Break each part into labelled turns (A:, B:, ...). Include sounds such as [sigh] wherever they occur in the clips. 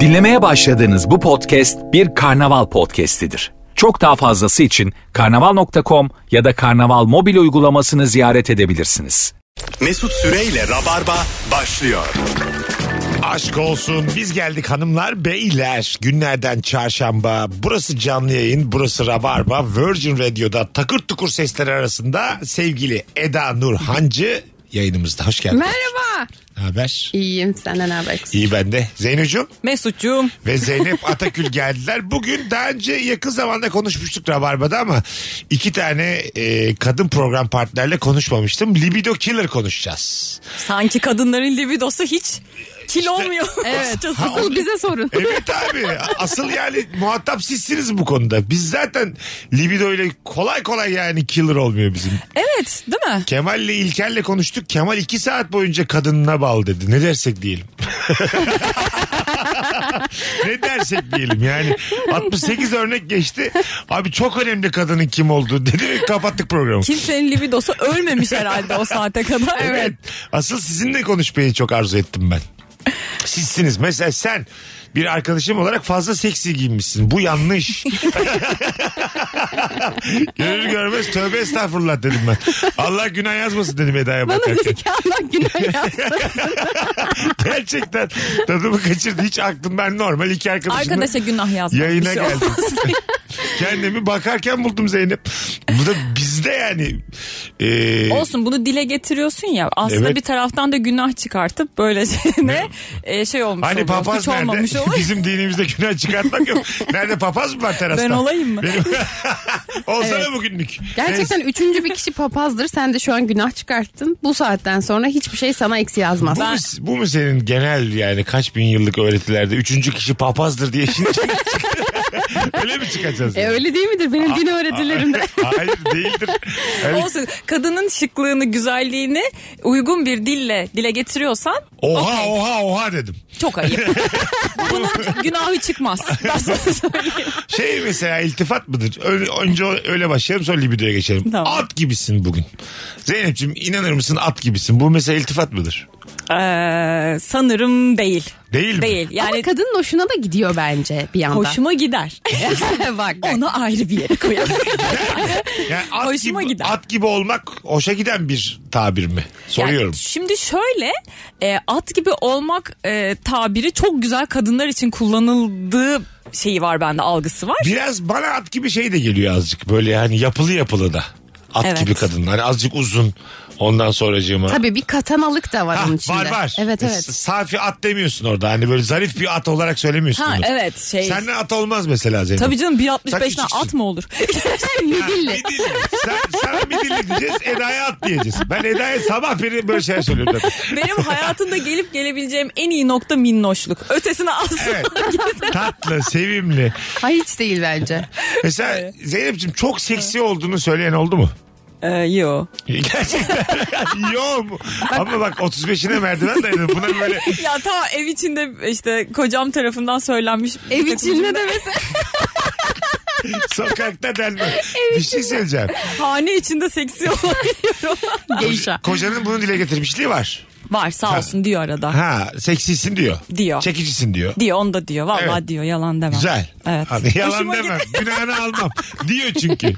A: Dinlemeye başladığınız bu podcast bir karnaval podcastidir. Çok daha fazlası için karnaval.com ya da karnaval mobil uygulamasını ziyaret edebilirsiniz.
B: Mesut Süreyle Rabarba başlıyor.
C: Aşk olsun. Biz geldik hanımlar beyler. Günlerden çarşamba. Burası canlı yayın. Burası Rabarba. Virgin Radio'da takır tukur sesler arasında sevgili Eda Nur Hancı yayınımızda. Hoş geldin.
D: Merhaba.
C: Ne haber?
D: İyiyim senden ne haber?
C: İyi ben de. Zeynocuğum
E: Mesut'cuğum.
C: ve Zeynep Atakül geldiler. Bugün daha önce yakın zamanda konuşmuştuk Rabarba'da ama iki tane e, kadın program partnerle konuşmamıştım. Libido Killer konuşacağız.
E: Sanki kadınların libidosu hiç kil olmuyor. [laughs] Evet.
D: Asıl bize sorun.
C: Evet abi asıl yani muhatap sizsiniz bu konuda. Biz zaten libido ile kolay kolay yani killer olmuyor bizim.
E: evet değil mi?
C: Kemal'le İlker'le konuştuk. Kemal iki saat boyunca kadınına bal dedi. Ne dersek diyelim. [laughs] ne dersek diyelim yani 68 örnek geçti. Abi çok önemli kadının kim olduğu dedi ve kapattık programı.
E: Kimsenin libidosu ölmemiş herhalde o saate kadar.
C: Evet. [laughs] Asıl sizinle konuşmayı çok arzu ettim ben. Sizsiniz. Mesela sen bir arkadaşım olarak fazla seksi giyinmişsin. Bu yanlış. Görür görmez tövbe estağfurullah dedim ben. Allah günah yazmasın dedim Eda'ya
D: Bana
C: bakarken.
D: dedi ki Allah günah yazsın.
C: [laughs] Gerçekten tadımı kaçırdı. Hiç aklım ben normal iki arkadaşımla
E: Arkadaşa günah yazmak.
C: yayına
E: bir şey
C: geldim.
E: olmaz.
C: Kendimi bakarken buldum Zeynep. Bu da bizde yani. Ee,
E: Olsun bunu dile getiriyorsun ya. Aslında
C: Evet.
E: bir taraftan da günah çıkartıp böylece [laughs] ne e, şey olmuş
C: Hani
E: oluyor.
C: papaz
E: suç
C: [laughs]
E: olmamış
C: nerede?
E: oluyor.
C: Bizim dinimizde günah çıkartmak yok. Nerede papaz mı var terasta?
E: Ben olayım mı? [laughs]
C: Benim... [laughs] Olsana bugünlük.
D: Gerçekten
C: Neyse.
D: üçüncü bir kişi papazdır. Sen de şu an günah çıkarttın. Bu saatten sonra hiçbir şey sana eksi yazmaz.
C: Bu, mu, bu mu senin genel yani kaç bin yıllık öğretilerde üçüncü kişi papazdır diye şimdi [laughs] öyle mi çıkacağız?
D: E
C: yani?
D: öyle değil midir benim din öğretilerimde?
C: Hayır değildir. Yani
E: Olsun kadının şıklığını, güzelliğini uygun bir dille dile getiriyorsan
C: oha
E: okey.
C: oha oha dedim.
E: çok ayıp. [laughs] Bunun günahı çıkmaz. Ben sana söyleyeyim.
C: Şey mesela iltifat mıdır? Ö- önce o- öyle başlayalım sonra libidoya geçelim.
E: Tamam.
C: At gibisin bugün. Zeynep'ciğim inanır mısın at gibisin. Bu mesela iltifat mıdır?
E: Ee, sanırım değil.
C: Değil mi?
E: Değil.
D: Yani
E: Yani
D: kadının hoşuna da gidiyor bence bir yandan.
E: hoşuma gider.
D: [laughs] bak, bak.
E: Onu ayrı bir yere koyalım. [laughs]
C: [laughs] Yani at
E: Hoşuma
C: gibi,
E: gider.
C: At gibi olmak hoşa giden bir tabir mi? Soruyorum.
E: Yani şimdi şöyle e, at gibi olmak e, tabiri çok güzel kadınlar için kullanıldığı şeyi var bende algısı var.
C: Biraz bana at gibi şey de geliyor azıcık. Böyle hani yapılı yapılı da. At
E: Evet.
C: gibi kadın. Hani azıcık uzun. Ondan sonracığıma.
D: Tabii bir katanalık da var
C: Ha,
D: onun içinde.
C: var var. E,
D: Evet
C: S-
D: evet.
C: Safi at demiyorsun orada. Hani böyle zarif bir at olarak söylemiyorsun.
E: Ha
C: bunu.
E: evet şey.
C: Senden at olmaz mesela Zeynep.
E: Tabii canım
C: Sen
E: 1.65'ten
C: küçüksün.
E: at mı olur? [laughs]
D: Midilli.
C: Bir dinle. Sen, sana bir dinle diyeceğiz. Eda'ya at diyeceğiz. Ben Eda'ya sabah beri böyle şeyler
E: [laughs]
C: söylüyorum zaten.
E: Benim hayatımda gelip gelebileceğim en iyi nokta minnoşluk. Ötesine asla
C: Evet. Tatlı, sevimli.
D: Ay hiç değil bence.
C: Mesela Zeynep'ciğim çok seksi olduğunu söyleyen oldu mu?
E: Ee, yo.
C: [laughs] Gerçekten. [laughs] Yok. Ama bak 35'ine merdiven dayanır. Buna [laughs] böyle
E: Ya ta ev içinde işte kocam tarafından söylenmiş.
D: Ev içinde de mesela.
C: sokakta delme. bir şey söyleyeceğim.
E: Hane içinde seksi [laughs] olabiliyorum. Geisha.
C: Kocanın bunu dile getirmişliği var.
E: Var sağ olsun diyor arada.
C: Ha seksisin diyor.
E: Diyor.
C: Çekicisin diyor.
E: Diyor onu da diyor. Vallahi
C: Evet.
E: diyor yalan demem.
C: Güzel.
E: Evet.
C: Hani yalan
E: Hoşuma
C: demem.
E: gitti.
C: Günahını almam. Diyor
E: [laughs]
C: çünkü.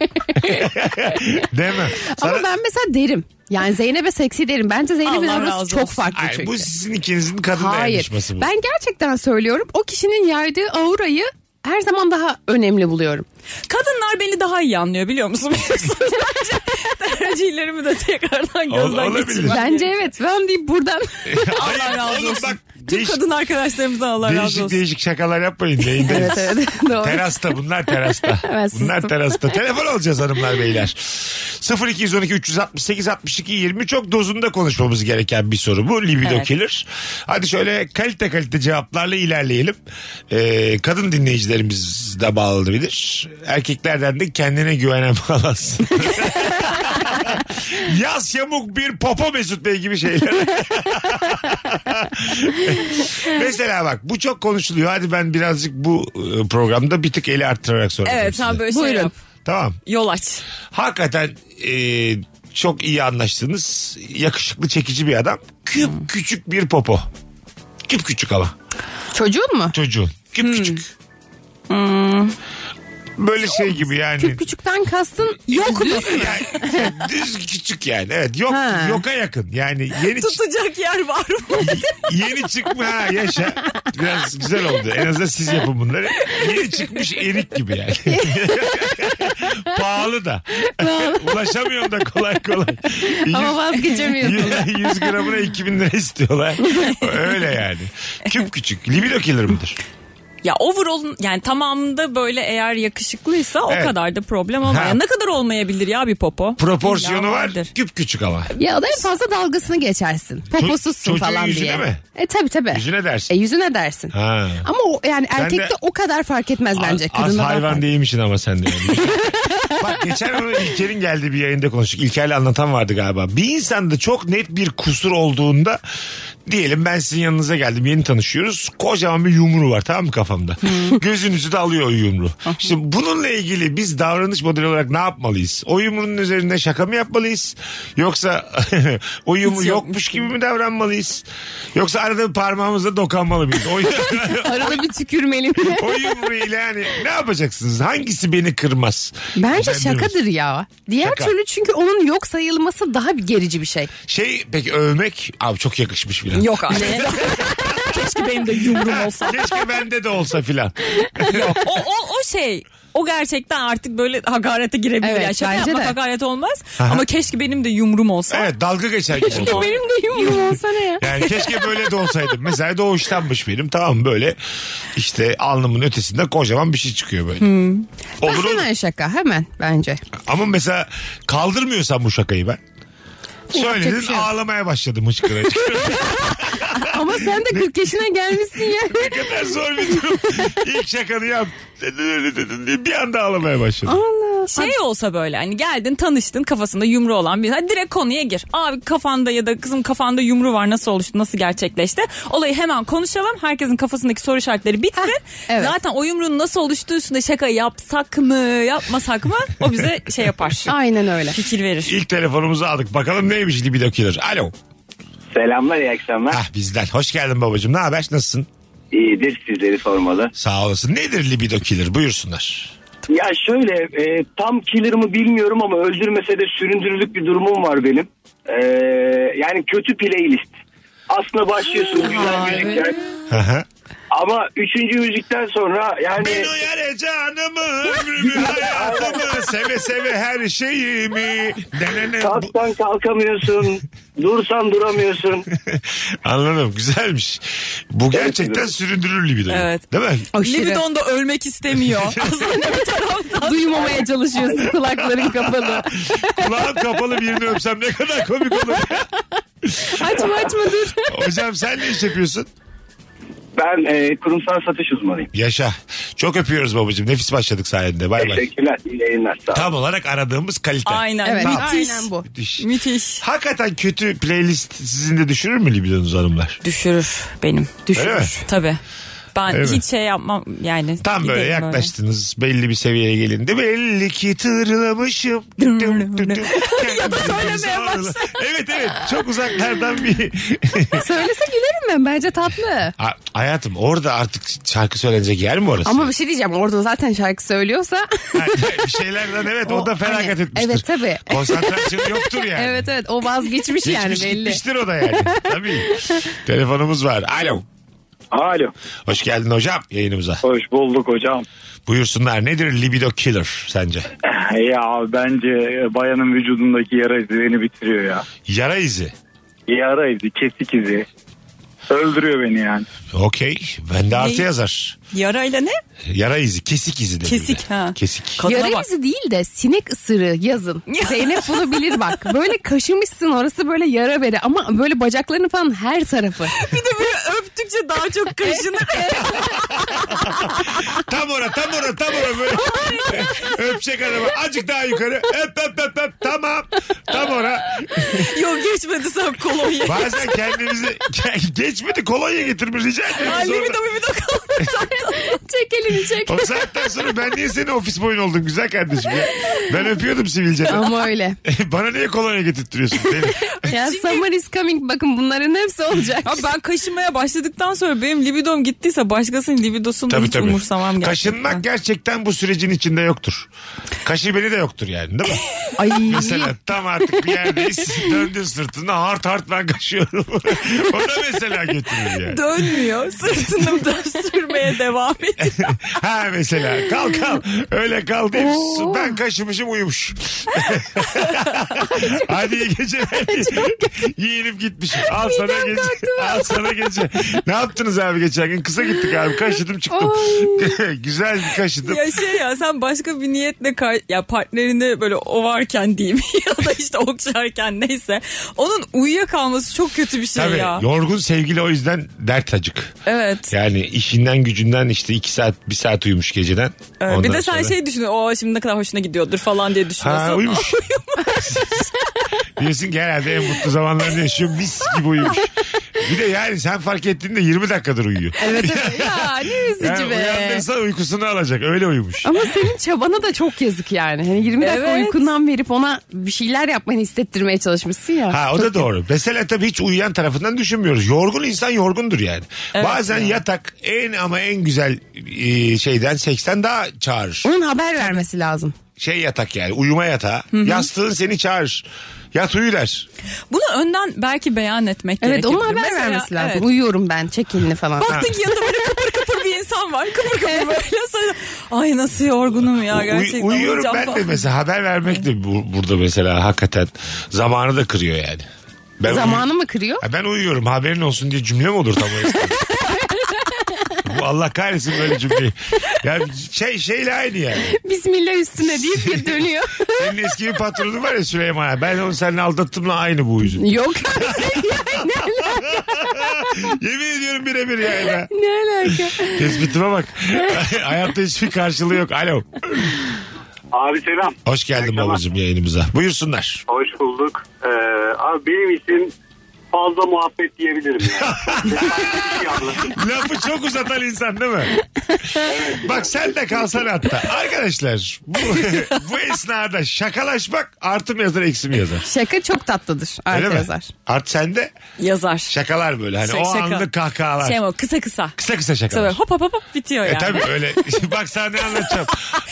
C: demem. Sana-
D: Ama ben mesela derim. Yani Zeynep'e seksi derim. Bence Zeynep'in
E: Allah
D: arası
E: razı
D: çok
E: olsun.
D: farklı
C: Ay,
D: çünkü.
C: bu sizin ikinizin kadın
D: Hayır.
C: dayanışması [laughs] bu.
D: Ben gerçekten söylüyorum. O kişinin yaydığı aurayı her zaman daha önemli buluyorum.
E: Kadınlar beni daha iyi anlıyor biliyor musun? [laughs] Tercihlerimi de tekrardan
C: Ol-
E: gözden
C: olabilir.
E: geçirmem.
D: Bence evet. Ben
C: [laughs]
D: deyip buradan
C: Hayır,
E: Allah razı
C: oğlum
E: olsun.
C: bak,
E: Tüm
C: değiş-
E: kadın arkadaşlarımızdan Allah razı
C: Değişik
E: olsun.
C: değişik şakalar
E: [laughs]
C: yapmayın. Yayındayız.
D: evet evet [laughs] doğru.
C: Terasta bunlar terasta.
D: Evet,
C: bunlar
D: sustum.
C: terasta. Telefon alacağız hanımlar beyler. 0212 368 62 20 çok dozunda konuşmamız gereken bir soru bu. Libido
E: Evet.
C: killer. Hadi şöyle kalite kalite cevaplarla ilerleyelim. Ee, kadın dinleyicilerimiz de bağlanabilir. Erkeklerden de kendine güvenen [laughs] bağlansın. Yaz yamuk bir popo Mesut Bey gibi şeyler. [laughs] Mesela bak bu çok konuşuluyor. Hadi ben birazcık bu e, programda bir tık eli arttırarak soracağım.
E: Evet
C: size.
E: sen böyle şey
D: Buyurun.
E: yap.
C: Tamam.
E: Yol aç.
C: Hakikaten e, çok iyi anlaştınız. Yakışıklı çekici bir adam. Küp küçük bir popo. Küp küçük ama
D: Çocuğun mu?
C: çocuğun. Küp
D: Hmm.
C: küçük. Böyle şey gibi yani.
D: Küp küçükten kastın yok mu?
C: Yani- yani düz küçük yani. Evet yok
D: Ha.
C: yoka yakın. Yani yeni çı-
E: Tutacak yer var mı?
C: yeni çıkma ha yaşa. Biraz güzel oldu. En azından siz yapın bunları. Yeni çıkmış erik gibi
D: [laughs]
C: yani. Pahalı da. Ulaşamıyorum da kolay kolay.
D: Ama [laughs] vazgeçemiyorsun.
C: 100 gramına 2000 lira istiyorlar. Öyle yani. Küp küçük. Libido killer mıdır?
E: ya overall'un yani tamamında böyle eğer yakışıklıysa o
C: Evet.
E: kadar da problem olmaz.
C: Ha.
E: Ya Ne kadar olmayabilir ya bir popo?
C: Proporsiyonu
E: İlla
C: var.
E: vardır.
C: Küp küçük ama.
D: ya da en fazla dalgasını geçersin. Poposuzsun
C: çocuğun
D: falan
C: yüzüne
D: diye.
C: mi?
D: E tabi tabi.
C: Yüzüne dersin.
D: E yüzüne dersin.
C: Ha.
D: Ama o, yani
C: Sen
D: erkekte
C: de-
D: o kadar fark etmez bence.
C: Az- Az
D: Kadında daha
C: hayvan
D: fark-
C: değilmişsin ama sen de.
D: [laughs]
C: yani. Bak geçen onu İlker'in geldiği bir yayında konuştuk. İlker'le anlatan vardı galiba. Bir insanda çok net bir kusur olduğunda diyelim ben sizin yanınıza geldim yeni tanışıyoruz. Kocaman bir yumru var tamam mı kafamda? Gözünüzü de alıyor o yumru. Şimdi bununla ilgili biz davranış modeli olarak ne yapmalıyız? O yumrunun üzerinde şaka mı yapmalıyız? Yoksa [laughs] o yumru
E: Hiç
C: yokmuş gibi mi davranmalıyız? Yoksa arada parmağımızla dokanmalı mıyız?
D: [laughs]
C: O-
D: Arada bir [laughs] tükürmeli mi?
C: o yumruğuyla yani ne yapacaksınız? Hangisi beni kırmaz?
D: Bence
C: Ben
D: şakadır
C: diyorum.
D: ya. Diğer
C: Şaka.
D: türlü çünkü onun yok sayılması daha bir gerici bir şey.
C: Şey peki övmek abi çok yakışmış filan. [laughs]
E: Yok anne. Keşke benim de yumrum olsa.
C: Keşke bende de olsa filan.
E: o, o, o şey o gerçekten artık böyle hakarete girebilir.
D: Evet,
E: ya. Şaka
D: bence
E: yapmak
D: de.
E: hakaret olmaz. Ama keşke benim de yumrum olsa.
C: Evet dalga geçer gibi olsa.
D: Benim de yumruğum olsa ne ya?
C: Yani keşke böyle de olsaydım. Mesela doğuştanmış benim tamam böyle işte alnımın ötesinde kocaman bir şey çıkıyor böyle.
D: Hmm.
C: Olur olur.
D: Hemen şaka hemen bence.
C: Ama mesela kaldırmıyorsan bu şakayı ben. Söyledin
D: bir şey yok.
C: ağlamaya başladım hıçkıra hıçkıra. [laughs]
D: Ama sen de 40 yaşına gelmişsin ya.
C: Ne kadar zor bir durum. İlk şakanı yap. Dedin öyle dedin diye bir anda ağlamaya başladım.
E: Şey olsa böyle hani geldin tanıştın kafasında yumru olan bir hadi direkt konuya gir. Abi kafanda ya da kızım kafanda yumru var nasıl oluştu nasıl gerçekleşti? Olayı hemen konuşalım. Herkesin kafasındaki soru işaretleri bitsin.
D: evet.
E: Zaten o yumrunun nasıl oluştuğu üstünde şaka yapsak mı yapmasak mı o bize şey yapar.
D: [laughs] Aynen öyle.
E: Fikir verir.
C: İlk telefonumuzu aldık. Bakalım neymiş libido killer. Alo.
F: Selamlar iyi akşamlar.
C: Ah bizden. Hoş geldin babacığım. Ne haber? Nasılsın?
F: İyidir sizleri sormalı.
C: Sağ olasın. Nedir libido killer? Buyursunlar.
F: Ya şöyle e, tam killer mı bilmiyorum ama öldürmese de süründürülük bir durumum var benim. E, yani kötü playlist. Aslında başlıyorsun güzel müzikler.
C: Hı hı.
F: Ama üçüncü müzikten sonra yani
C: Beni yare canımı, ömrümü, hayatımı, seve seve her şeyimi. Denene. Bu- [laughs]
F: kalktan
G: [laughs]
F: kalkamıyorsun. dursan duramıyorsun.
C: Anladım. Güzelmiş. Bu gerçekten
F: güzel.
C: süründürür libido.
E: Evet.
C: Değil mi?
D: Aşırı.
E: Libidonda ölmek istemiyor.
D: [laughs]
E: Aslında bir taraftan.
D: Duymamaya çalışıyorsun kulakların kapalı.
C: Kulağım kapalı birini öpsem ne kadar komik olur.
D: Açma açma dur.
C: Hocam sen ne iş yapıyorsun?
F: Ben e, kurumsal satış uzmanıyım.
C: Yaşa. Çok öpüyoruz babacığım. Nefis başladık sayende. Bay bay.
F: Teşekkürler. iyi yayınlar. Sağ olun.
C: Tam olarak aradığımız kalite.
E: Aynen.
D: Evet
E: müthiş.
D: aynen bu.
C: Müthiş.
E: Müthiş.
C: Hakikaten kötü playlist sizin de düşürür mü libidonuzu hanımlar?
E: Düşürür benim. Düşürür.
C: Öyle mi?
E: Tabii. Ben
C: Öyle mi?
E: hiç şey yapmam yani.
C: Tam böyle
E: giderim
C: yaklaştınız belli bir seviyeye gelindi. Belli ki tırlamışım. Düm düm düm.
E: Ya da söylemeye
C: Sonra-
E: başla.
C: Evet evet çok uzaklardan bir...
D: [laughs]
C: [laughs]
D: Söylese gülerim ben bence tatlı.
C: Ha, Hayatım orada artık şarkı söylenecek yer mi orası?
D: Ama bir şey diyeceğim orada zaten şarkı [laughs] söylüyorsa.
C: Ha, bir şeylerden evet o,
D: [laughs] O-
C: da felaket
D: hani,
C: etmiştir.
D: evet, tabii. [laughs]
C: Konsantrasyon yoktur yani.
D: evet evet o vazgeçmiş yani
C: Geçmiş
D: belli.
C: gitmiştir o da yani. Tabii.
D: [laughs]
C: Telefonumuz var. Alo.
G: Alo.
C: Hoş geldin hocam yayınımıza.
G: Hoş bulduk hocam.
C: Buyursunlar nedir libido killer sence?
G: [laughs] Ya bence bayanın vücudundaki yara izi beni bitiriyor ya.
C: Yara izi.
G: Yara izi, kesik izi. Öldürüyor beni yani.
C: Okey. Ben de artı
E: Ne?
C: yazar.
E: Yarayla ne?
C: Yara izi. Kesik izi dedi.
E: Kesik,
C: bir de.
E: ha.
C: Kesik.
E: Kadına
D: Yara
E: bak.
D: izi değil de sinek ısırığı [laughs] yazın.
E: Ya.
D: Zeynep bunu bilir bak. Böyle kaşımışsın orası böyle yara bere ama böyle bacaklarını falan her tarafı.
E: Bir de böyle öptükçe daha çok [laughs] kaşınır.
C: tam ora tam ora tam ora
E: [laughs]
C: böyle. Öpecek adama. Azıcık daha yukarı. Öp öp öp öp. Tamam. Tam ora.
E: Yok geçmedi sen kolonya.
C: Bazen kendimizi Ke- geçmedi kolonya getirmiş rica ederim.
E: Ay
C: Sonra-
E: libido mibido kalmadı.
D: [laughs] çek elini çek.
C: O saatten sonra ben niye senin ofis boyun oldum güzel kardeşim ya. Ben öpüyordum sivilce.
D: Ama [laughs] öyle.
C: [laughs] Bana niye kolonya getirtiyorsun? Deli.
D: Ya summer is coming bakın bunların hepsi olacak.
E: Abi ben kaşınmaya başladıktan sonra benim libidom gittiyse başkasının libidosunu
C: Tabii
E: hiç
C: tabii.
E: umursamam gerçekten.
C: Kaşınmak gerçekten bu sürecin içinde yoktur. Kaşı beni de yoktur yani
E: [laughs]
C: değil mi?
D: Ay.
C: Mesela tam artık bir yerdeyiz. Döndün sırtına hart hart ben kaşıyorum. [laughs] o da mesela götürür yani.
E: Dönmüyor. [laughs] Sırtını dön- sürmeye devam ediyor.
C: Ha mesela kal kal öyle kal deyip su- ben kaşımışım
E: [laughs]
C: uyumuş. Hadi iyi geceler. Yiyelim gitmişim. Al sana gece. Al sana gece. Ne yaptınız abi geçen gün? Kısa gittik abi. Kaşıdım çıktım. [laughs] Güzel bir kaşıdım.
E: ya şey ya sen başka bir niyetle kay- ya partnerini böyle ovarken diyeyim [laughs] ya da işte okşarken neyse. Onun uyuyakalması çok kötü bir şey
C: Tabii
E: ya.
C: yorgun sevgili o yüzden dert acık.
E: Evet.
C: Yani işinden gücünden işte iki saat bir saat uyumuş geceden.
E: Evet, bir
C: Ondan
E: de sen
C: sonra-
E: şey düşünüyorsun. O şimdi ne kadar hoşuna gidiyordur falan diye düşünüyorsun.
C: Ha uyumuş. [laughs] Diyorsun ki herhalde en mutlu zamanlarını yaşıyor mis gibi uyumuş. Bir de yani sen fark ettiğinde 20 dakikadır uyuyor.
D: Evet evet. Ya ne üzücü
C: Yani
D: be.
C: uyandırsa uykusunu alacak öyle uyumuş.
D: Ama senin çabana da çok yazık yani. Hani 20 dakika
E: Evet.
D: uykundan verip ona bir şeyler yapmanı hissettirmeye çalışmışsın ya.
C: Ha o da doğru. Mesela tabii hiç uyuyan tarafından düşünmüyoruz. Yorgun insan yorgundur yani. Bazen yatak en ama en güzel e, şeyden 80 daha çağırır.
D: Onun haber vermesi lazım.
C: Şey yatak yani uyuma yatağı. Yastığın seni çağırır. Yat uyu der.
E: Bunu önden belki beyan etmek
D: Evet
E: gerekebilir.
D: onun haber
E: Mesela,
D: vermesi lazım.
E: evet.
D: Uyuyorum ben çek elini falan.
E: Baktın ki yanında böyle kıpır kıpır bir insan var. Kıpır kıpır böyle. Sonra, Ay nasıl yorgunum ya
C: Uy-
E: gerçekten.
C: uyuyorum
E: uyuyacağım
C: ben de
E: falan.
C: mesela haber vermek de bu- burada mesela hakikaten zamanı da kırıyor yani. Ben
D: Zamanı mı kırıyor?
C: Ha, ben uyuyorum haberin olsun diye cümle mi olur tam o
D: [laughs]
C: esnada? Bu Allah kahretsin böyle cümleyi. Yani şey, şeyle aynı yani.
D: Bismillah üstüne deyip bir dönüyor.
C: Senin eski bir patronun var ya Süleyman abi. Ben onu seninle aldattımla aynı bu yüzüm.
D: Yok yani
C: Yemin ediyorum birebir yani. ben.
D: ne alaka?
C: Tespitime bak. [laughs] Hayatta hiçbir karşılığı yok. Alo.
H: Abi selam.
C: Hoş geldin
H: Selam.
C: babacığım yayınımıza. Buyursunlar.
H: Hoş bulduk.
F: E,
H: Ee, abi benim isim fazla muhabbet diyebilirim
G: [laughs]
H: ya.
C: [laughs] Lafı çok uzatan insan değil [laughs] mi? Bak sen de kalsan hatta. Arkadaşlar bu, [laughs] bu esnada şakalaşmak artı mı yazar eksi mi yazar?
D: [laughs] Şaka çok tatlıdır.
C: Öyle
D: Artı
C: mi?
D: yazar.
C: Art sende
E: Yazar.
C: şakalar böyle. Hani
E: Şaka-
C: o
E: şaka.
C: anlık kahkahalar.
E: Şey ama kısa kısa.
C: Kısa kısa
E: Kısa böyle
C: şakalar.
E: hop hop hop hop bitiyor
C: E
E: yani.
C: tabii
E: [laughs]
C: öyle. [laughs] Bak sana ne anlatacağım.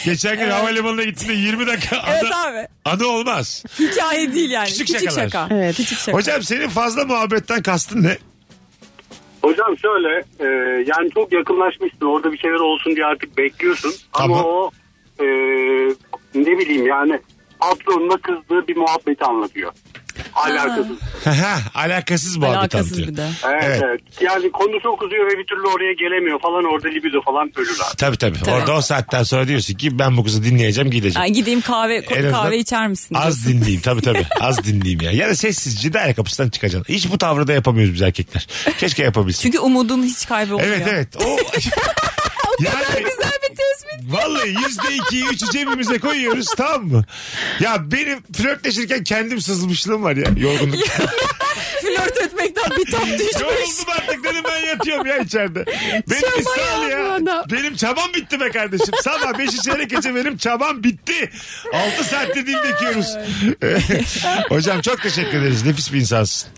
C: Geçen gün havalimanına gittiğinde 20 dakika anı,
E: Evet abi.
C: anı olmaz.
E: Hikaye değil yani.
C: Küçük
E: Küçük,
C: şakalar.
E: şaka.
D: Evet.
E: Küçük şaka.
C: Hocam senin fazla muhabbetten kastın ne? [laughs]
H: Hocam şöyle e, yani çok yakınlaşmışsın orada bir şeyler olsun diye artık bekliyorsun.
C: Tamam.
H: Ama o e, ne bileyim yani patronuna kızdığı bir muhabbeti anlatıyor. Alakasız.
C: Alakasız muhabbet
E: Alakasız
C: anlatıyor.
E: bir de.
H: Evet,
C: Evet.
H: evet. Yani konu çok uzuyor ve bir türlü oraya gelemiyor falan orada libido falan ölür abi.
C: Tabii, tabii Orada o saatten sonra diyorsun ki ben bu kızı dinleyeceğim gideceğim.
E: Ay gideyim kahve ko-
C: En azından
E: kahve içer misin?
C: Az dinleyeyim tabii tabii. Az dinleyeyim ya. Ya da sessizce de ayak kapısından çıkacaksın. Hiç bu tavrı da yapamıyoruz biz erkekler. Keşke yapabilsin.
E: Çünkü umudun hiç kayboluyor.
C: evet evet. O, yani,
D: Güzel bir tespit.
C: vallahi yüzde ikiyi üçü cebimize koyuyoruz tamam mı? Ya benim flörtleşirken kendim sızmışlığım var ya yorgunluk.
E: [laughs] Flört etmekten bir top düşmüş.
C: Yoruldum artık dedim ben yatıyorum ya
D: [laughs]
C: içeride. Benim bir sağ ol
D: ya bu
C: ya.
D: adam.
C: Benim çabam bitti be kardeşim. Sabah 5 içeri gece benim çabam bitti. 6 saatte dil
D: [laughs]
C: döküyoruz. Hocam çok teşekkür ederiz. Nefis bir insansın.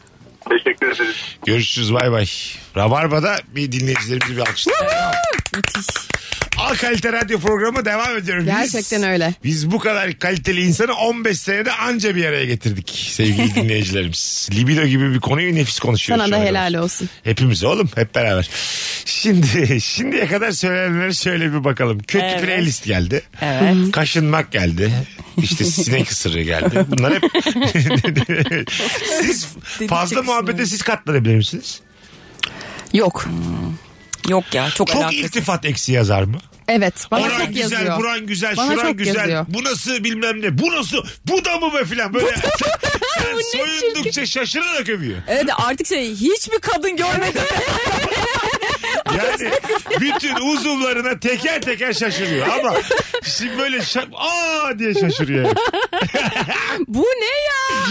H: Teşekkür ederiz.
C: Görüşürüz bay bay. Rabarba'da bir dinleyicilerimizi bir alkışlayalım.
E: Müthiş.
C: Al kalite radyo programı devam ediyor. Biz-
D: Gerçekten öyle.
C: Biz bu kadar kaliteli insanı 15 senede anca bir araya getirdik
D: [laughs]
C: sevgili dinleyicilerimiz. Libido gibi bir konuyu nefis konuşuyoruz.
D: Sana da
C: şu ana
D: helal
C: kadar.
D: olsun.
C: Hepimiz oğlum hep beraber. Şimdi şimdiye kadar söylenenlere şöyle bir bakalım. Kötü
E: Evet.
C: playlist geldi.
E: Evet.
C: Kaşınmak geldi. İşte sinek ısırığı geldi. Bunlar
E: [laughs]
C: hep siz
E: Deli
C: fazla
E: çıksın
C: muhabbete
E: yani.
C: siz katlanabilir misiniz?
D: Yok.
E: Yok ya çok,
C: Çok
E: alakasız.
C: iltifat eksi yazar mı?
D: Evet bana
C: Oran
D: çok
C: güzel,
D: yazıyor.
C: buran güzel,
D: Bana
C: şuran
D: çok
C: güzel.
D: yazıyor.
C: Bu nasıl bilmem ne, bu nasıl, bu da mı be filan böyle. [laughs]
D: [laughs]
C: Yani soyundukça şaşırarak övüyor.
E: Evet artık şey hiçbir kadın görmedim.
C: Yani bütün uzuvlarına teker teker şaşırıyor ama şimdi böyle şa- aa diye şaşırıyor.
D: Bu ne ya?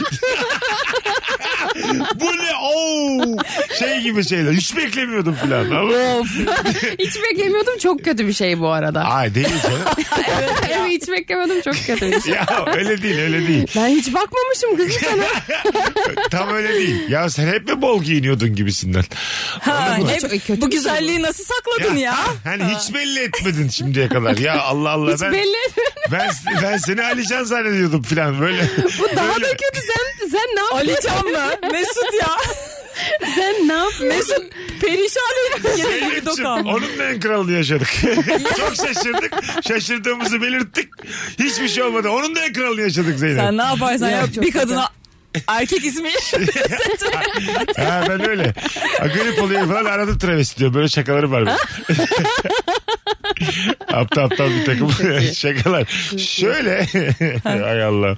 C: Bu ne? Oo! Şey gibi şeyler. Hiç beklemiyordum falan. Ama...
D: Of. [laughs] hiç beklemiyordum çok kötü bir şey bu arada.
C: Ay değil canım.
D: Evet, [laughs] hiç beklemiyordum çok kötü bir şey.
C: Ya öyle değil öyle değil.
D: Ben hiç bakmamışım kızım
C: [laughs]
D: sana.
C: Tam öyle değil. Ya sen hep mi bol giyiniyordun gibisinden.
E: Ha,
D: mı?
E: hep-
D: Çok kötü
E: bu
D: bir şey
E: güzelliği nasıl sakladın ya?
C: Hani hiç belli etmedin şimdiye kadar. Ya Allah Allah
D: Hiç
C: ben,
D: belli
C: ben ben seni Alican zannediyordum falan böyle.
D: Bu daha
C: böyle-
D: da kötü. Sen, sen ne yapıyorsun?
E: Ali Can mı? Mesut ya.
D: Sen ne yapıyorsun?
E: Mesut perişan edip yeni bir
C: Zeynep'ciğim,
E: dokan.
C: onun da en kralını
D: [laughs]
C: yaşadık. Çok şaşırdık. Şaşırdığımızı belirttik. Hiçbir şey olmadı. Onun da en kralını yaşadık Zeynep.
E: Sen ne yaparsan
D: Ya,
E: yap
D: çok
E: bir kadına erkek ismi. [laughs]
C: Ha, ben öyle. Ha, Grip oluyor falan arada travesti diyor. Böyle şakaları var.
D: [laughs]
C: benim. aptal aptal bir takım şakalar. Şöyle. [laughs] Ay Allah.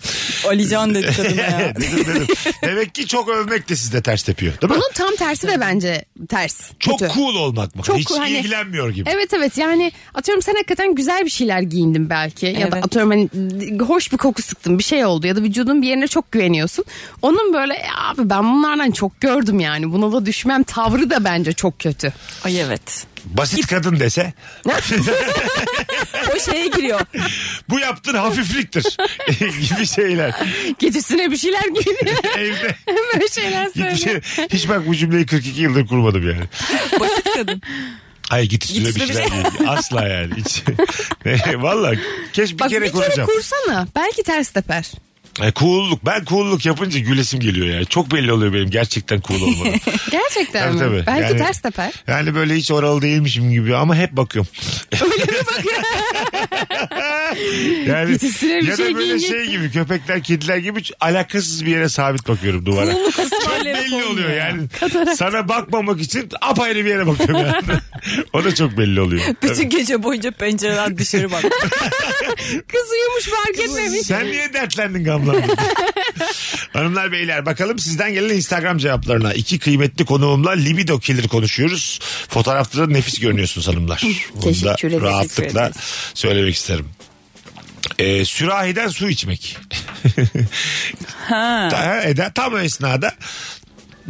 E: Ali Can dedi kadına ya.
C: dedim dedim. Demek ki çok övmek de sizde ters tepiyor. Değil mi?
D: Bunun tam tersi de bence ters.
C: Çok
D: kötü.
C: cool olmak mı?
D: Çok
C: Hiç
D: cool, hani-
C: ilgilenmiyor gibi.
D: Evet evet yani atıyorum sen hakikaten güzel bir şeyler giyindin belki ya da
E: Evet.
D: atıyorum hani hoş bir koku sıktın bir şey oldu ya da vücudun bir yerine çok güveniyorsun. Onun böyle "Ya abi ben bunlardan çok gördüm yani buna da düşmem tavrı da bence çok kötü.
E: Ay evet.
C: Basit kadın dese
E: O şeye giriyor.
C: bu yaptığın hafifliktir [laughs] gibi
D: [laughs]
C: şeyler.
D: Gecesine bir şeyler giydi
C: Evde.
D: böyle şeyler söylüyor.
C: Hiç, şey- hiç bak bu cümleyi 42 yıldır kurmadım yani.
E: Basit kadın.
C: Hayır git üstüne
E: Git
C: bir
E: üstüne
C: şeyler
E: bir
C: giy. Asla yani. Hiç. Valla keşke bir
D: Bak
C: kere
D: bir kere
C: kuracağım.
D: kursana belki ters teper.
C: Ay, cool'luk. Ben cool'luk yapınca gülesim geliyor ya. Çok belli oluyor benim gerçekten cool olmadım.
D: Gerçekten
C: Tabii
D: mi?
C: tabii.
D: Belki
C: Yani-
D: ters teper.
C: yani böyle hiç oralı değilmişim gibi ama hep
D: [laughs]
C: bakıyorum. [laughs] Yani
D: Gitsin bir
C: ya da
D: şey
C: böyle
D: giyinecek.
C: şey gibi köpekler kediler gibi hiç alakasız bir yere sabit bakıyorum duvara.
E: Kulluk
C: Çok
E: ısmarlayarak
C: belli
E: olmuyor
C: oluyor
E: ya.
C: yani. Sana bakmamak için apayrı bir yere bakıyorum yani. [laughs] o da çok belli oluyor.
E: Bütün gece boyunca pencereden dışarı bak.
D: Kız uyumuş fark etmemiş.
C: Sen niye dertlendin
D: [laughs]
C: gamlandın? Hanımlar beyler bakalım sizden gelen Instagram cevaplarına. İki kıymetli konuğumla libido killer konuşuyoruz. Fotoğrafta da nefis görünüyorsunuz hanımlar. Bunu da
D: Teşekkür ederiz.
C: rahatlıkla söylemek isterim. Ee, sürahiden su
D: [laughs]
C: içmek.
E: Ha.
C: Ta- Eda tam o esnada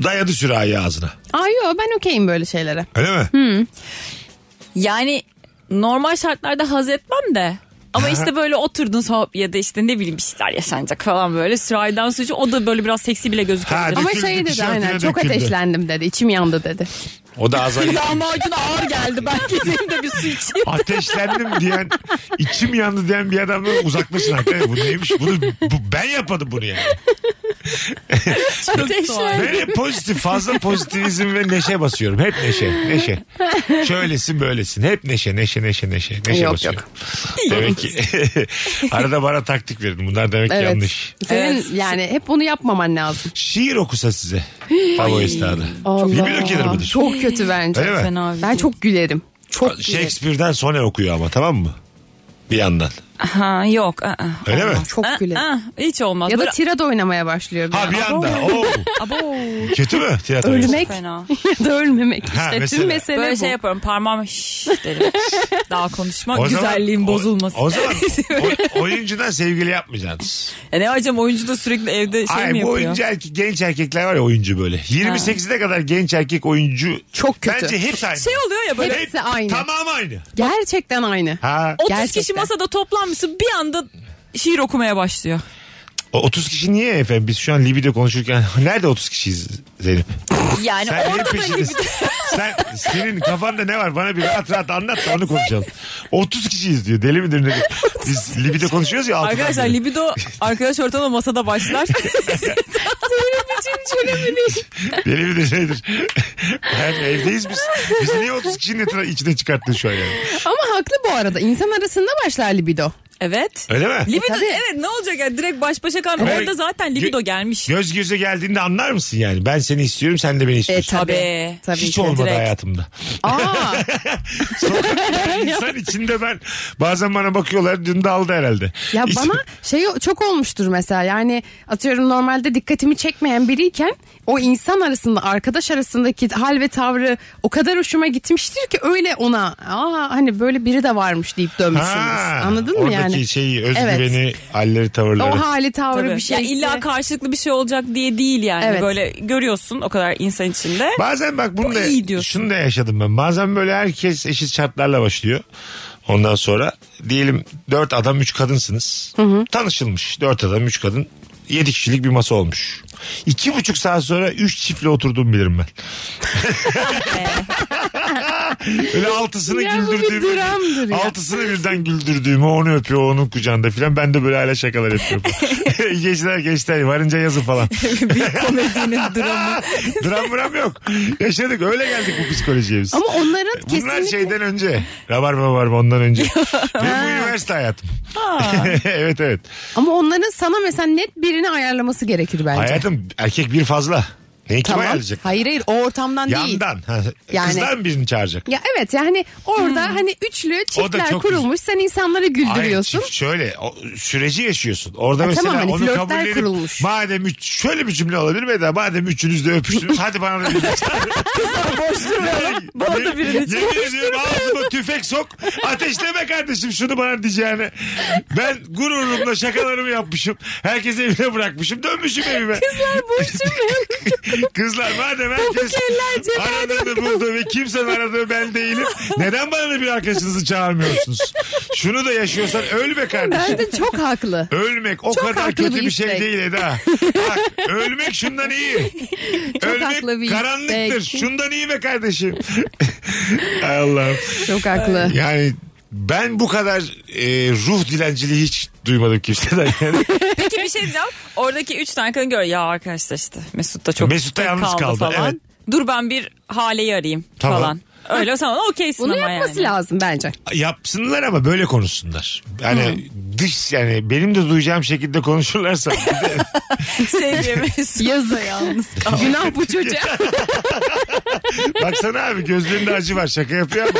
C: dayadı sürahi ağzına.
D: Ay yo ben okeyim böyle şeylere.
C: Öyle mi?
E: [laughs] Yani normal şartlarda haz etmem de. Ama işte böyle oturdun sohbet ya da işte ne bileyim bir şeyler yaşanacak falan böyle. Sıraydan suçu o da böyle biraz seksi bile
C: Ha,
E: gözükebilir.
D: Ama
C: Döküldü,
D: şey dedi
C: tişörtüne
D: aynen çok
C: döküldü.
D: ateşlendim dedi içim yandı dedi.
C: O da azar.
D: [laughs]
E: Lahmacun ağır geldi ben gideyim de bir su içeyim.
C: Ateşlendim diyen, içim yandı diyen bir adamdan uzaklaşın. arkadaşlar. Bu neymiş? Bunu, bu, ben yapadım bunu yani. Ben hep pozitif fazla pozitivizm ve neşe basıyorum. Hep neşe neşe. Şöylesin böylesin. Hep neşe neşe neşe neşe. Neşe
D: Yok,
C: basıyorum. Demek ki [laughs] arada bana taktik verin. Bunlar demek ki
D: Evet.
C: yanlış.
D: Senin
E: Evet.
D: yani hep bunu yapmaman lazım.
C: Şiir okusa size. Hava esnada. Libido killer mıdır?
D: Çok kötü bence.
C: Öyle mi? Şey-
E: Fena bir
D: Ben
E: şey.
D: çok gülerim. Çok gülerim.
C: Shakespeare'den Sone okuyor ama tamam mı? Bir yandan.
E: Ha yok. ı, ı,
C: Öyle mi?
E: olmaz.
D: Çok
E: I,
D: gülerim.
E: ı, Hiç olmaz.
D: Ya da
E: Böyle-
D: tirada oynamaya başlıyor. bir
C: Ha
D: an.
C: bir yanda. Oo.
E: [laughs] Abo.
C: Kötü mü? Tiyatro.
D: Ölmek
E: Fena.
D: [laughs] ya da ölmemek.
C: Ha,
D: işte
C: mesela.
D: tüm mesele
E: Böyle
D: bu.
E: şey yaparım parmağımı [laughs] şşş derim. Daha konuşma
C: O zaman-
E: güzelliğin
C: o-
E: bozulmasın.
C: O,
D: [laughs]
C: zaman o- oyuncudan sevgili yapmayacaksınız.
E: E ne hocam oyuncu da sürekli evde şey
C: Ay
E: mi
C: bu
E: yapıyor?
C: oyuncu erkek, genç erkekler var ya oyuncu böyle. 28'ine kadar genç erkek oyuncu.
D: Çok kötü.
C: Bence hepsi aynı.
E: Şey oluyor ya böyle.
D: Hepsi aynı.
C: Tamam aynı.
D: Gerçekten aynı.
C: Ha.
E: 30 kişi
D: Gerçekten.
E: masada toplanmışsın bir anda şiir okumaya başlıyor.
C: O 30 kişi niye efendim? Biz şu an libido konuşurken [laughs] nerede 30 kişiyiz Zeynep?
E: Yani
C: Sen neyin
E: orada da gibi.
C: peşindesin? [laughs] Sen senin kafanda ne var? Bana bir rahat rahat anlat da onu konuşalım. 30 kişiyiz diyor. Deli midir nedir? Biz libido konuşuyoruz ya. altıdan
E: Arkadaşlar
C: beri.
E: libido arkadaş ortamında masada başlar.
C: [laughs] Deli midir nedir? [laughs] Yani evdeyiz biz. Bizi niye 30 kişinin etra- içine çıkarttın şu an yani?
D: Ama haklı bu arada. İnsan arasında başlar libido.
E: evet. E,
C: Öyle mi?
E: Libido
D: tabii.
E: evet ne olacak yani direkt baş başa kalmış.
C: Evet.
E: Orada zaten libido gelmiş.
C: Göz göze geldiğinde anlar mısın yani? Ben seni istiyorum sen de beni istiyorsun.
E: Tabii.
D: E, Tabii
C: Hiç
D: ki.
C: olmadı
E: direkt.
C: hayatımda.
D: Aa,
C: İnsan içinde ben bazen bana bakıyorlar dün de aldı herhalde. [laughs]
D: ya
C: İşte-
D: bana şey çok olmuştur mesela. Yani atıyorum normalde dikkatimi çekmeyen biriyken o insan arasında arkadaş arasındaki hal ve tavrı o kadar hoşuma gitmiştir ki öyle ona aa hani böyle biri de varmış deyip dönmüşsünüz.
C: Ha,
D: Anladın mı
C: orada
D: yani?
C: Oradaki
D: yani.
C: şeyi, özgüveni, halleri, tavırları.
D: O hali tavrı bir şey.
E: Ya illa karşılıklı bir şey olacak diye değil yani.
D: Evet.
E: Böyle görüyorsun o kadar insan içinde.
C: [laughs] Bazen bak bunu
E: Bu iyi
C: da,
E: diyorsun.
C: şunu da yaşadım ben. Bazen böyle herkes eşit şartlarla başlıyor. Ondan sonra diyelim dört adam üç kadınsınız. Tanışılmış dört adam üç kadın. Yedi kişilik bir masa olmuş. İki buçuk saat sonra üç çiftle oturduğumu
D: [laughs]
C: bilirim ben. Öyle altısını
D: Ya bu bir
C: güldürdüğüm.
D: dramdır ya.
C: Altısını birden güldürdüğümü onu öpüyor onun kucağında filan. Ben de böyle hala şakalar
D: [laughs]
C: yapıyorum. gençler gençler varınca yazın falan.
E: [laughs]
C: [laughs]
E: bir komedinin dramı.
C: Dram dram yok. Yaşadık öyle geldik bu psikolojiye biz.
D: Ama onların
C: Bunlar şey-
D: kesinlikle
C: şeyden önce. Rabarba var ondan
D: [laughs]
C: önce. Benim bu üniversite hayatım. [laughs] evet evet.
D: ama onların sana mesela net birini ayarlaması gerekir bence.
C: Hayatım erkek bir fazla. Neyi kim ayarlayacak?
D: Hayır hayır o ortamdan değil.
C: Yandan. Ha,
D: Yani-
C: Kızlar mı birini çağıracak?
D: Ya evet yani
E: Hmm.
D: orada hani üçlü çiftler
C: çok
D: kurulmuş sen insanları güldürüyorsun.
C: Hayır, çift şöyle o, süreci yaşıyorsun. Orada
D: Ha,
C: mesela
D: tamam, hani
C: onu
D: flörtler
C: kabul edip
D: kurulmuş.
C: madem üç, şöyle bir cümle olabilir mi Eda? Madem üçünüz de
D: [laughs]
C: öpüştünüz hadi bana da bir
E: Boş durmayalım. [laughs] Bana da birini
C: Yemin ediyorum ağzıma tüfek sok. Ateşleme kardeşim şunu bana diyeceğine. Ben gururumla şakalarımı yapmışım. Herkesi evine bırakmışım. Dönmüşüm evime.
E: Kızlar boş durmayalım.
C: [laughs] Kızlar madem herkes
E: eller ceberde
C: aradığını buldu ve kimsenin aradığı ben değilim. Neden bana bir arkadaşınızı çağırmıyorsunuz? Şunu da yaşıyorsan öl be kardeşim. [laughs]
D: Bence çok haklı.
C: Ölmek o
D: Çok
C: kadar
D: haklı
C: kötü
D: bir
C: bir şey
D: istek.
C: değil Eda. Bak
D: [laughs]
C: ölmek şundan iyi.
D: Çok haklı
C: ölmek
D: bir
C: karanlıktır.
D: istek.
C: Şundan iyi be kardeşim. [laughs] Allah'ım.
D: Çok haklı.
C: Yani ben bu kadar e, ruh dilenciliği hiç duymadım kimseden. [laughs] Yani
E: Peki bir şey diyeceğim. Oradaki üç tane kadın gör. Ya arkadaşlar işte Mesut da çok
C: Mesut da
E: tek
C: yalnız kaldı,
E: falan.
C: evet.
E: Dur ben bir Hale'yi arayayım
C: Tamam.
E: falan. Öyle sana okeysin
D: Bunu
E: ama
D: yapması
E: yani.
D: lazım bence.
C: yapsınlar ama böyle konuşsunlar. Yani dış yani benim de duyacağım şekilde konuşurlarsa bir de
E: [laughs] Sevgiye Mesut.
D: Yazık. [laughs] Günah bu çocuğa.
C: [laughs] baksana abi gözlerinde acı var şaka yapıyor ama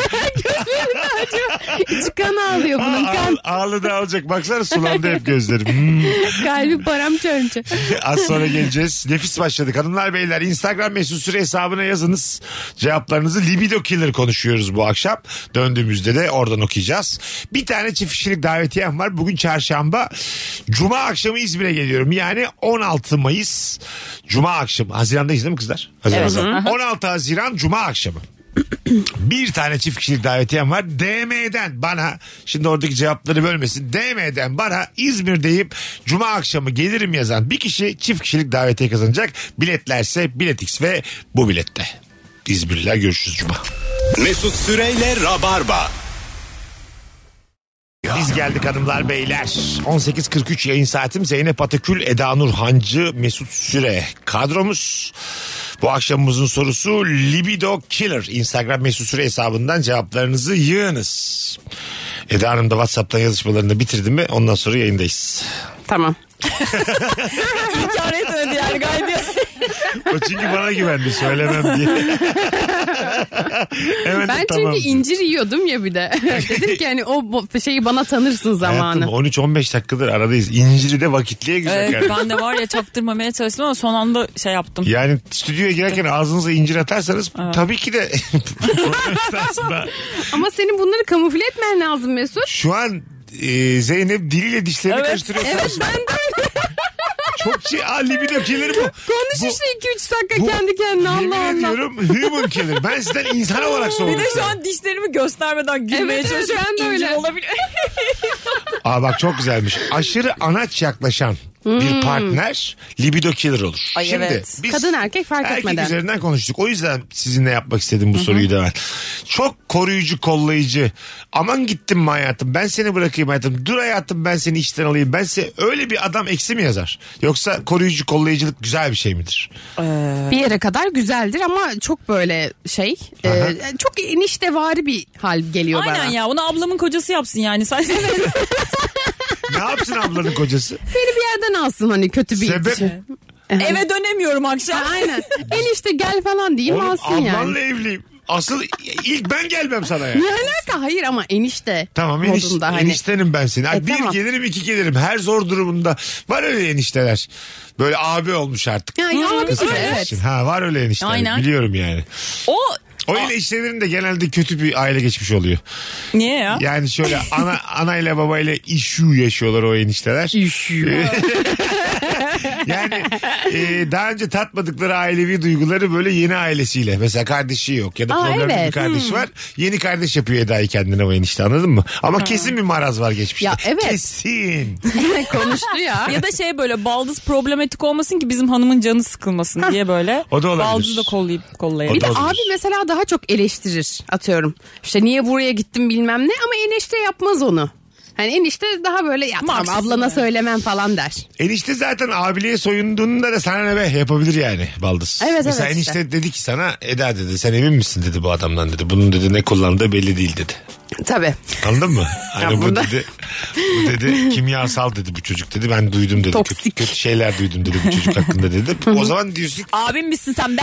D: İç kanı ağlıyor bunun.
C: Aa,
D: Kan,
C: ağ- ağlı da alacak baksana sulandı hep gözlerim. Hmm.
D: kalbi paramparça.
C: [laughs] Az sonra geleceğiz. Nefis başladık. Hanımlar beyler Instagram mesut süre hesabına yazınız. Cevaplarınızı libido killer konuşuyoruz bu akşam. Döndüğümüzde de oradan okuyacağız. Bir tane çift kişilik davetiyem var. Bugün çarşamba. Cuma akşamı İzmir'e geliyorum. Yani 16 Mayıs Cuma akşamı. Haziran'dayız değil mi kızlar? Haziran'da. 16 Haziran Cuma akşamı. Bir tane çift kişilik davetiyem var. DM'den bana şimdi oradaki cevapları bölmesin. DM'den bana İzmir deyip cuma akşamı gelirim yazan bir kişi çift kişilik davetiye kazanacak. Biletlerse biletix ve bu bilette. İzmirliler görüşürüz cuma.
B: Mesut Süreyle Rabarba.
C: Biz geldik hanımlar beyler. 18.43 yayın saatim Zeynep Atakül, Eda Nur Hancı, Mesut Süre kadromuz. Bu akşamımızın sorusu Libido Killer. Instagram Mesut Süre hesabından cevaplarınızı yığınız. Eda Hanım da Whatsapp'tan yazışmalarını bitirdi mi ondan sonra yayındayız.
D: Tamam.
E: İnkar etmedi yani gayet.
C: O çünkü bana güvendi söylemem diye.
D: [laughs]
C: Hemen de
D: Ben
C: tamam
D: çünkü
C: diyor.
D: incir yiyordum ya bir de. [laughs] Dedim ki hani o bo- şeyi bana tanırsın
C: Hayatım
D: zamanı.
C: 13-15 dakikadır aradayız. İnciri de vakitliye güzel
E: Evet,
C: kardeşim.
E: Ee, ben de var ya çaktırmamaya çalıştım ama son anda şey yaptım.
C: Yani stüdyoya girerken ağzınıza incir atarsanız tabii ki de Esasında
D: Ama senin bunları kamufle etmen lazım Mesut.
C: şu an e, Zeynep diliyle dişlerini
E: Evet,
C: karıştırıyor. Evet ben de [laughs] Çok şey, ah, libido killer bu.
D: Konuş
C: Bu-
D: işte 2-3 dakika
C: bu-
D: kendi kendine
C: Yemin
D: Allah Allah.
C: ediyorum human killer. Ben sizden insan olarak
E: Bir
C: soğudum.
E: de şu an dişlerimi göstermeden
D: Evet,
E: gülmeye
D: evet,
E: çalışıyorum.
D: ben de
E: İncir
D: öyle.
E: olabilir.
C: Aa bak çok güzelmiş. Aşırı anaç yaklaşan bir partner libido killer olur.
E: Ay,
C: Şimdi
E: evet.
C: biz
D: Kadın erkek fark
C: erkek
D: etmeden.
C: üzerinden konuştuk. O yüzden sizinle yapmak istedim bu soruyu da ben. Çok koruyucu, kollayıcı. Aman gittim mi hayatım? Ben seni bırakayım hayatım. Dur hayatım ben seni işten alayım. Ben seni öyle bir adam eksi mi yazar? Yoksa koruyucu, kollayıcılık güzel bir şey midir?
D: Bir yere kadar güzeldir ama çok böyle şey e, çok eniştevari bir hal geliyor bana.
E: Aynen ya onu ablamın kocası yapsın yani. Sadece
C: ne yapsın ablanın
D: [laughs]
C: kocası?
D: Beni bir yerden alsın hani kötü bir
C: Sebep
D: şey.
E: [laughs] eve dönemiyorum akşam.
D: Aynen. Enişte gel falan diyeyim
C: Oğlum,
D: alsın
C: ablanla
D: yani.
C: evliyim. Asıl ilk ben gelmem sana ya.
D: Ne alaka? Hayır ama enişte.
C: Tamam eniş,
D: modunda hani.
C: eniştenim ben seni. Ay,
D: E,
C: bir
D: tamam.
C: gelirim iki gelirim. Her zor durumunda. Var öyle enişteler. Böyle abi olmuş artık.
D: Ya, ya
E: Hı,
D: bir şey,
E: öyle.
D: evet.
C: Şimdi, Ha var öyle enişteler.
E: Aynen.
C: Biliyorum yani.
E: O
C: O eniştelerin de genelde kötü bir aile geçmiş oluyor.
E: niye ya?
C: Yani
D: [laughs]
C: şöyle ana anayla babayla issue yaşıyorlar o enişteler. Issue. yani e, daha önce tatmadıkları ailevi duyguları böyle yeni ailesiyle. Mesela kardeşi yok ya da
D: Aa,
C: problemli bir
D: evet. Hmm.
C: kardeş var. Yeni kardeş yapıyor Eda'yı kendine o enişte anladın mı? Ama kesin bir maraz var geçmişte.
D: Ya, evet.
C: Kesin.
D: [laughs] Konuştu
C: [laughs]
D: ya.
E: Ya da şey böyle baldız problematik olmasın ki bizim hanımın canı sıkılmasın diye böyle.
C: O da olabilir.
E: Baldızı da kollayıp
C: O
E: kollayalım.
D: Bir de
C: da olabilir.
D: abi mesela daha çok eleştirir atıyorum. İşte niye buraya gittim bilmem ne ama enişte yapmaz onu. Hani enişte daha böyle ya tamam
E: Haksız
D: ablana
E: yani.
D: söylemem falan der.
C: Enişte zaten abiliğe soyunduğunda da sana ne be yapabilir yani baldız.
D: Evet,
C: Mesela
D: evet
C: enişte dedi ki sana Eda dedi sen emin misin dedi bu adamdan dedi. Bunun dedi ne kullandığı belli değil dedi.
D: Tabii.
C: Anladın
D: [laughs]
C: mı? Hani bu
D: bunda-
C: dedi, bu dedi kimyasal dedi bu çocuk dedi. Ben duydum dedi. Kötü,
D: Toksik.
C: kötü şeyler duydum dedi bu çocuk hakkında dedi. O zaman diyorsun
D: [laughs]
C: ki,
E: Abim misin sen be?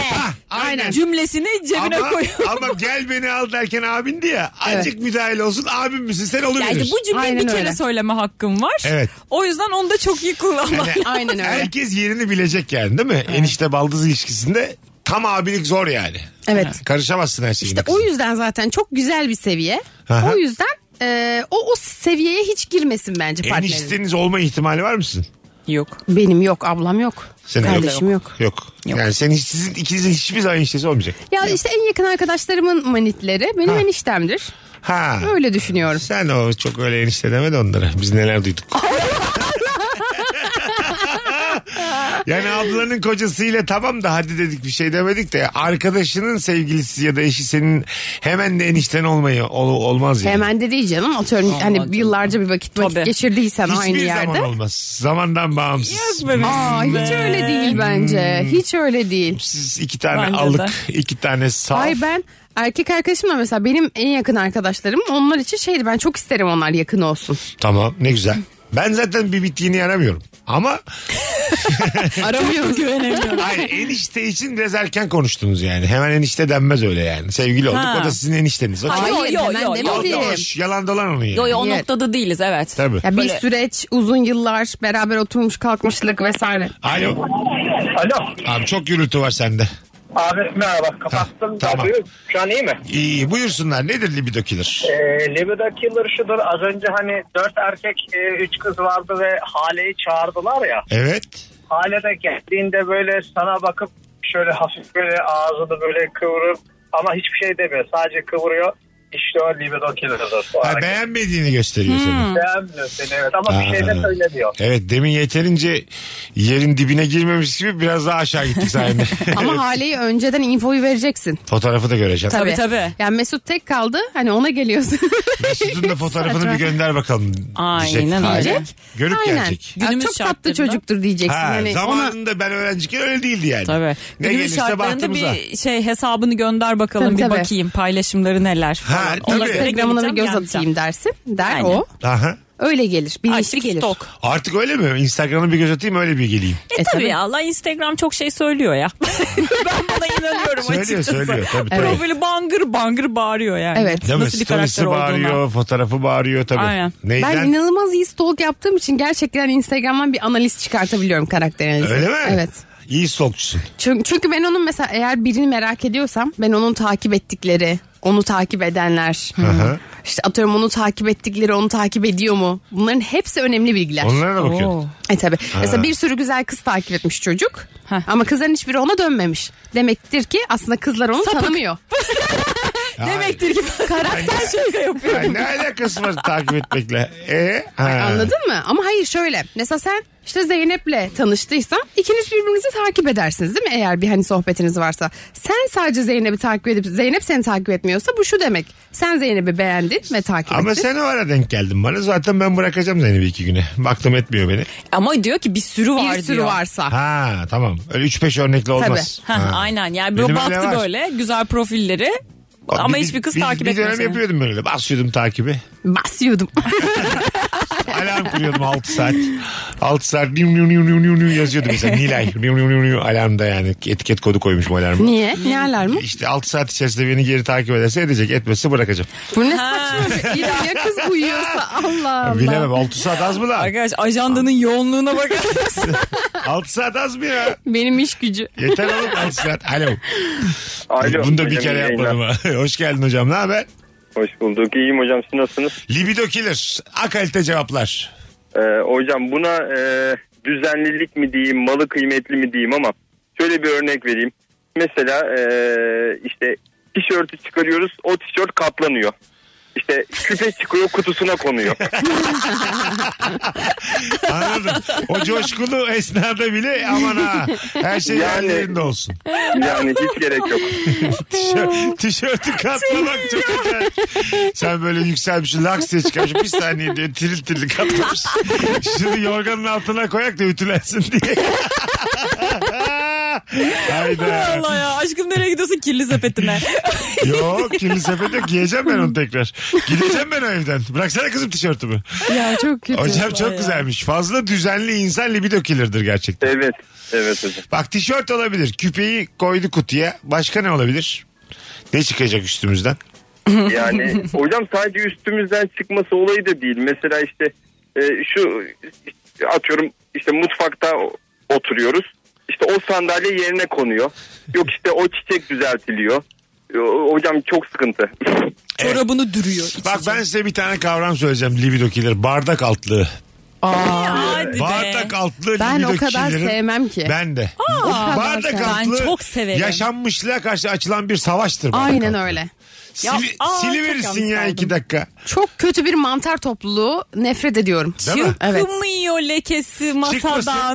C: aynen.
E: Cümlesini cebine
C: ama,
E: koy.
C: ama gel beni al derken abindi ya. Azıcık müdahale olsun abim misin sen
E: Yani
C: olabilir.
E: bu cümleyi
D: Aynen
E: bir kere
D: öyle.
E: söyleme hakkım var.
C: Evet.
E: O yüzden onu da çok iyi kullanmak. [laughs]
C: Yani
D: Aynen [laughs] öyle.
C: Herkes yerini bilecek yani değil mi? Enişte baldız ilişkisinde tam abilik zor yani.
D: Evet.
C: Karışamazsın her şeyine.
D: İşte
C: kızım.
D: o yüzden zaten çok güzel bir seviye.
C: Aha.
D: O yüzden e, o o seviyeye hiç girmesin bence partnerin.
C: Enişteniz olma ihtimali var mısın?
E: Yok.
D: Benim yok, ablam yok.
C: Senin
D: kardeşim yok.
C: yok. Yani senin sizin ikinizin hiçbir zaman eniştesi olmayacak.
D: Ya işte en yakın arkadaşlarımın manitleri benim
C: Ha.
D: eniştemdir.
C: Ha.
D: Öyle düşünüyorum.
C: Sen o çok öyle enişte deme de onlara. Biz neler
D: [laughs]
C: duyduk. yani ablanın kocasıyla tamam da hadi dedik bir şey demedik de arkadaşının sevgilisi ya da eşi senin hemen de enişten olmayı ol- olmaz yani.
D: Hemen de değil canım atıyorum
E: canım.
D: hani yıllarca bir vakit, vakit
E: Tabii.
D: geçirdiysen
C: Hiçbir
D: aynı
C: zaman
D: yerde.
C: olmaz. Zamandan bağımsız.
E: Yok bebeğim.
D: Aa, hiç öyle değil bence.
C: Hmm.
D: Hiç öyle değil.
C: Siz iki tane
E: Bence de.
C: alık, iki tane saf.
D: Ay ben erkek arkadaşımla mesela benim en yakın arkadaşlarım onlar için şeydi ben çok isterim onlar yakın olsun.
C: Tamam ne güzel. Ben zaten bir bittiğini yaramıyorum. Ama
D: Aramıyoruz.
C: [laughs] hayır enişte için biraz erken konuştunuz yani. Hemen enişte denmez öyle yani. Sevgili olduk
E: Ha.
C: o da sizin enişteniz. O çok-
D: Hayır,
E: Yo, yo,
D: hemen
E: yo,
D: demedim.
E: yo.
C: Hoş, yalan dolan onu yani.
E: Yo, yo, o
D: Yer.
E: noktada değiliz evet.
C: Tabii.
D: Ya bir
E: Böyle-
D: süreç uzun yıllar beraber oturmuş kalkmışlık vesaire.
C: Alo.
H: Alo.
C: Abi çok gürültü var sende.
H: Abi merhaba
C: Tamam,
H: kapattım.
C: tamam.
H: radyoyu. Şu an iyi mi?
C: İyi buyursunlar. Nedir libido killer?
H: Ee, Libido Killer şudur. Az önce hani dört erkek e, üç kız vardı ve Hale'yi çağırdılar ya.
C: Evet.
H: Hale de geldiğinde böyle sana bakıp şöyle hafif böyle ağzını böyle kıvırıp ama hiçbir şey demiyor. Sadece kıvırıyor. İşte o libido killer'dır. O
C: Ha,
H: hareket.
C: beğenmediğini gösteriyor
E: Hmm.
C: seni.
H: Beğenmiyor seni evet ama bir şey de
C: Ha.
H: söylemiyor.
C: Evet demin yeterince yerin dibine girmemiş gibi biraz daha aşağı gittik
E: [laughs]
C: sayende.
D: Ama Hale'yi önceden infoyu vereceksin.
C: Fotoğrafı da göreceğim.
E: Tabii, tabii.
D: Yani Mesut tek kaldı hani ona geliyorsun.
C: [laughs] Mesut'un da fotoğrafını bir gönder bakalım.
E: Aynen öyle.
C: Diyecek. Görüp
D: Aynen.
C: gelecek.
D: Ya
E: Günümüz
D: çok tatlı
E: şartlarında.
D: çocuktur diyeceksin.
C: Ha,
D: hani ona
C: zamanında ben öğrenciyken öyle değildi yani.
E: Tabii.
C: Ne
E: Günümüz
C: gelirse
E: şartlarında
C: bahtımıza.
E: bir şey hesabını gönder bakalım
D: Tabii,
E: bir
D: tabii.
E: bakayım paylaşımları neler falan.
C: Ha,
E: Ona
C: tabii.
E: göre
D: Instagram'ına bir
E: gideceğim,
D: göz
E: geleceğim.
D: atayım dersin. Der
E: Aynen.
D: o.
C: Aha.
D: Öyle gelir. Bir
E: Açlık
D: işi gelir.
E: stok.
C: Artık öyle mi? Instagram'ı bir göz atayım öyle bir
E: [laughs]
C: geleyim.
E: E,
D: E,
E: tabii,
D: tabii.
E: ya Allah Instagram çok şey söylüyor ya. [laughs] ben buna inanıyorum
C: Söylüyor,
E: açıkçası.
C: söylüyor, tabii, tabii.
E: Profili bangır bangır bağırıyor yani.
D: Evet.
C: Değil mi?
E: Nasıl bir karakter
C: Storiesi
E: olduğuna.
C: bağırıyor, fotoğrafı bağırıyor tabii.
E: Aynen.
C: Neyden?
D: Ben inanılmaz iyi stalk yaptığım için gerçekten hani Instagram'dan bir analiz çıkartabiliyorum karakter analizi.
C: Öyle mi?
D: Evet.
C: İyi sokçusun.
D: Çünkü, çünkü ben onun mesela eğer birini merak ediyorsam ben onun takip ettikleri, onu takip edenler,
C: hı.
D: işte atıyorum onu takip ettikleri onu takip ediyor mu? Bunların hepsi önemli bilgiler.
C: Onlara da bakıyorsun.
E: Oo.
D: E tabi. Mesela bir sürü güzel kız takip etmiş çocuk.
E: Heh.
D: Ama kızların hiçbiri ona dönmemiş. Demektir ki aslında kızlar onu
E: [laughs]
D: tanımıyor. [laughs]
E: Demektir ki karakter şaka yapıyor.
C: Ha, ne alakası var takip etmekle? E, ha.
D: Anladın mı? Ama hayır şöyle. Mesela sen işte Zeynep'le tanıştıysan ikiniz birbirinizi takip edersiniz değil mi? Eğer bir hani sohbetiniz varsa. Sen sadece Zeynep'i takip edip Zeynep seni takip etmiyorsa bu şu demek. Sen Zeynep'i beğendin ve takip
C: Ama
D: ettin.
C: sen o ara denk geldin bana. Zaten ben bırakacağım Zeynep'i iki güne. Baktım etmiyor beni.
E: Ama diyor ki bir sürü var
D: bir sürü
E: diyor.
D: varsa.
C: Ha tamam. Öyle 3-5 örnekle olmaz.
E: Ha,
C: Ha.
E: Aynen yani
C: Benim
E: böyle
C: öyle
E: baktı
C: var.
E: böyle güzel profilleri ama
C: Bir-
E: hiçbir kız
C: bir-
E: takip
C: Bir dönem
E: etmez. yani.
C: yapıyordum böyle. Basıyordum takibi.
D: Basıyordum.
C: Alarm kuruyordum 6 saat. 6 saat niu niu niu niu niu niu yazıyordum mesela. Nilay niu niu niu niu alarmda yani. Etiket kodu koymuşum alarma.
D: [laughs] Niye? Ne alarmı?
C: İşte 6 saat içerisinde beni geri takip ederse edecek. Etmezse bırakacağım.
D: Bu ne saçma şey. İyi de Ya kız [laughs] uyuyorsa Allah Allah.
C: Bilemem 6 saat az mı lan?
E: Arkadaş ajandanın
C: [laughs]
E: yoğunluğuna bakar mısın?
C: 6 saat az mı ya?
E: Benim iş gücü.
C: Yeter oğlum 6 saat. Alo.
I: Alo.
C: Bunu da bir
I: Hocam,
C: kere
I: iyi
C: yapmadım
I: yayınlar.
C: ha. [laughs] Hoş geldin hocam. Ne haber?
I: Hoş bulduk. İyiyim hocam. Siz nasılsınız?
C: Libido killer. Akalite cevaplar.
I: Ee, hocam buna e, düzenlilik mi diyeyim, malı kıymetli mi diyeyim ama şöyle bir örnek vereyim. Mesela e, işte tişörtü çıkarıyoruz. O tişört katlanıyor. İşte küpe çıkıyor kutusuna konuyor.
C: Anladım. O coşkulu esnada bile aman ha. Her şey
I: Yani-
C: yerlerinde olsun.
I: Yani hiç gerek yok. [laughs]
C: Tişör- tişörtü katlamak çok güzel. Sen böyle yükselmişsin laks diye çıkarmışsın. Bir saniye diye tiril tiril katlamış. Şunu yorganın altına koyak da ütülensin diye. [laughs] Hayda.
E: [laughs] Allah ya aşkım nereye gidiyorsun kirli sepetine?
C: Yok kirli sepet yok. Giyeceğim ben onu tekrar. Gideceğim ben o evden. Bıraksana kızım tişörtümü.
D: Ya çok kötü.
C: Hocam çok
E: ya.
C: güzelmiş. Fazla düzenli insan libido killer'dır gerçekten.
I: Evet. Evet hocam.
C: Bak tişört olabilir. Küpeyi koydu kutuya. Başka ne olabilir? Ne çıkacak üstümüzden?
I: Yani hocam sadece üstümüzden çıkması olayı da değil. Mesela işte e, şu işte atıyorum işte mutfakta o- oturuyoruz. İşte o sandalye yerine konuyor. Yok işte o çiçek düzeltiliyor. E, o- Hocam çok sıkıntı. [laughs]
E: Çorabını dürüyor.
C: Bak ben size bir tane kavram söyleyeceğim libido killer. Bardak altlığı.
E: Hadi
C: bardak
E: be.
C: altlığı
D: Ben
C: libido
D: o kadar
C: killer'in-
D: sevmem ki.
C: Ben de. bardak
D: sevmem.
C: altlığı
E: Ben çok severim.
C: yaşanmışlığa karşı açılan bir savaştır. bardak
D: Aynen
C: altlığı.
D: öyle.
E: Ya,
C: Sili,
E: aa, çok
C: siliverirsin
E: yalnız
C: ya
E: kaldım.
C: iki dakika.
D: Çok kötü bir mantar topluluğu nefret ediyorum.
C: Değil mi?
D: Evet.
E: Kımıyor lekesi masadan.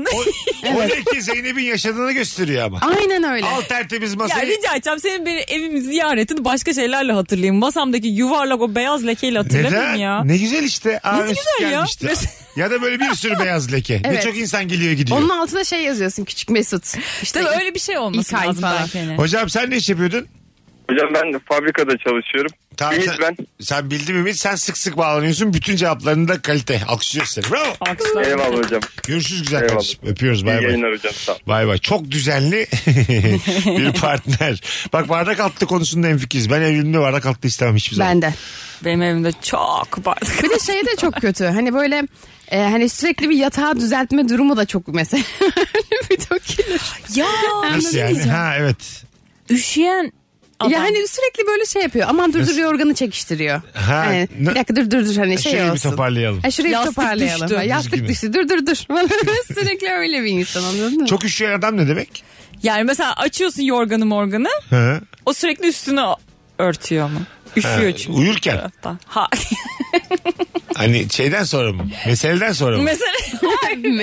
C: Çıkmasın.
E: [laughs]
C: O, o leke Zeynep'in yaşadığını gösteriyor ama.
D: Aynen öyle.
C: Al tertemiz
E: Ya
C: masayı.
E: rica edeceğim senin bir evim ziyaretini başka şeylerle hatırlayayım. Masamdaki yuvarlak o beyaz lekeyle
C: Neden?
E: hatırlamayayım ya.
C: Ne güzel işte. Aa,
E: Nesi
C: Mesut
E: güzel ya?
C: gelmişti.
E: Mes-
C: ya da böyle bir sürü beyaz leke. Ne
D: Evet.
C: çok insan geliyor gidiyor.
D: Onun altına şey yazıyorsun küçük Mesut. İşte
E: İşte öyle bir şey olması
D: İlk ay
E: lazım
D: falan.
E: belki. hani.
C: Hocam sen ne iş yapıyordun?
I: Hocam ben de fabrikada çalışıyorum. Ümit
C: sen,
I: ben.
C: Sen bildin mi Ümit? Sen sık sık bağlanıyorsun. Bütün cevaplarının da kalite. Alkışlıyoruz seni. Bravo.
E: Alkışlar.
I: Eyvallah hocam.
C: Görüşürüz güzel
I: Eyvallah.
C: kardeşim. Öpüyoruz.
I: İyi
C: Bay bay.
I: yayınlar hocam. Sağ ol.
C: Bay bay. Çok düzenli [laughs] bir partner. Bak bardak altı konusunda hemfikiriz. Ben evliliğimde bardak altı istemem hiçbir zaman.
D: [laughs] Bende.
E: Benim evimde çok bardak.
D: Bir de şey de çok kötü. Hani böyle e, hani sürekli bir yatağı düzeltme durumu da çok mesela. [laughs] Libido killer.
E: [laughs] ya
C: Nasıl yani? Ha evet.
E: üşüyen adam.
D: Ya hani sürekli böyle şey yapıyor. Aman dur dur yorganı çekiştiriyor.
C: Ha,
D: Hani,
C: ne-
D: bir dakika dur dur dur hani şey
C: Şurayı bir
D: olsun.
C: toparlayalım.
D: Ha, şurayı bir
E: Yastık
D: toparlayalım.
E: düştü.
D: Ha, Yastık
C: Üzgünüm.
D: düştü. Dur dur [laughs] dur. sürekli öyle bir insan anladın mı?
C: Çok üşüyen adam ne demek?
E: Yani mesela açıyorsun yorganı morganı.
C: Ha.
E: O sürekli üstünü örtüyor ama. Üşüyor çünkü.
C: Uyurken.
E: Hatta. Ha. [laughs]
C: Hani şeyden sonra mı? Meseleden sonra mı?
E: mesele,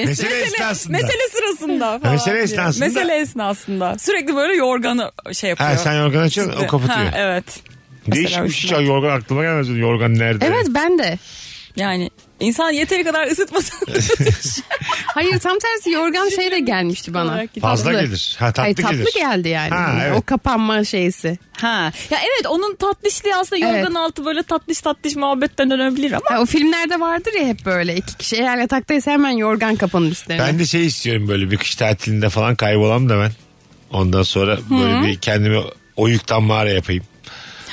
C: Mesele esnasında.
E: mesele sırasında falan.
C: Mesele
E: diyor.
C: esnasında.
E: Mesele esnasında. Sürekli böyle yorganı şey yapıyor.
C: Ha, sen yorgan açıyorsun, o
E: Üstüne.
C: kapatıyor.
E: Ha, evet. Mesela
C: Değişmiş hiç
E: üstüne.
C: yorgan aklıma gelmez. Yorgan nerede?
D: Evet ben de.
E: Yani insan yeteri kadar ısıtmasın.
C: [laughs]
E: Şey
D: Hayır tam tersi yorgan şey de gelmişti bana.
E: Olarak gidiyor.
C: Fazla
D: Tatlı.
C: gelir. Ha tatlı,
D: Hayır, tatlı
C: gelir.
D: geldi yani. Hani
C: Ha, evet.
D: O kapanma şeysi.
E: ha. Ya evet onun tatlışlığı aslında yorgan
D: Evet.
E: altı böyle tatlış tatlış muhabbetten dönebilir ama.
D: Ha, o filmlerde vardır ya hep böyle iki kişi eğer yataktaysa hemen yorgan kapanır üstlerine.
C: Ben de şey istiyorum böyle bir kış tatilinde falan kaybolam da ben. Ondan sonra böyle bir kendimi o yükten mağara yapayım.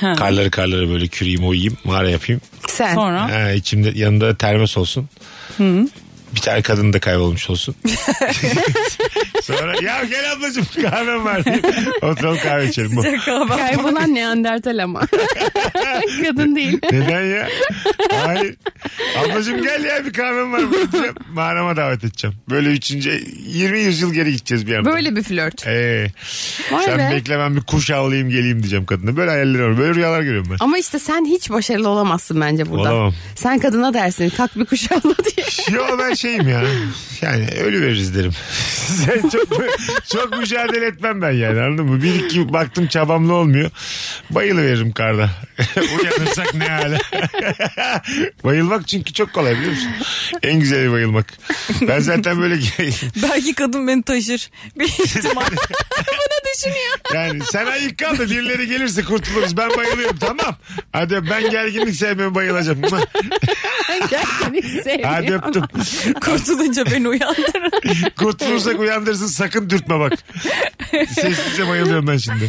E: Ha.
C: Karları karları böyle küreyim, oyayım, mağara yapayım.
D: Sen.
E: Sonra.
C: Ha, içimde yanında termos olsun. Bir tane kadın da kaybolmuş
D: [laughs]
C: olsun. sonra ya gel ablacığım kahvem var
D: [laughs]
C: diye. Oturalım kahve içelim. Bu.
E: Sıcak hava.
D: Kaybolan neandertal
C: [laughs]
D: ama. Kadın değil.
C: Neden ya? Hayır. Ablacığım gel ya bir kahvem var. Bakacağım. Mağarama davet edeceğim. Böyle üçüncü 20 yüzyıl geri gideceğiz bir yandan.
D: Böyle bir flört.
C: Ee,
D: Vay
C: sen
D: be.
C: bekle ben bir kuş avlayayım geleyim diyeceğim kadına. Böyle hayaller var. Böyle rüyalar görüyorum ben.
D: Ama işte sen hiç başarılı olamazsın bence burada.
C: Olamam.
D: Sen kadına dersin kalk bir kuş avla [laughs] diye.
C: Yo ben şeyim ya. Yani ölü veririz derim. [laughs] Sen çok, çok mücadele etmem ben yani anladın mı? Bir iki baktım çabamla olmuyor. Bayılı veririm karda. [laughs] Uyanırsak ne hale. [laughs] bayılmak çünkü çok kolay biliyor musun? En güzeli bayılmak. Ben zaten böyle [laughs]
E: Belki kadın beni taşır. Bir ihtimal. Bana düşünüyor.
C: yani sen ayık kal da birileri gelirse kurtuluruz. Ben bayılıyorum tamam. Hadi ben gerginlik sevmiyorum bayılacağım. [laughs]
D: Gerçekten hiç
C: Hadi
D: sevmiyorum.
C: öptüm.
E: Kurtulunca beni uyandırın.
C: Kurtulursak uyandırsın sakın dürtme bak. Sessizce bayılıyorum ben şimdi.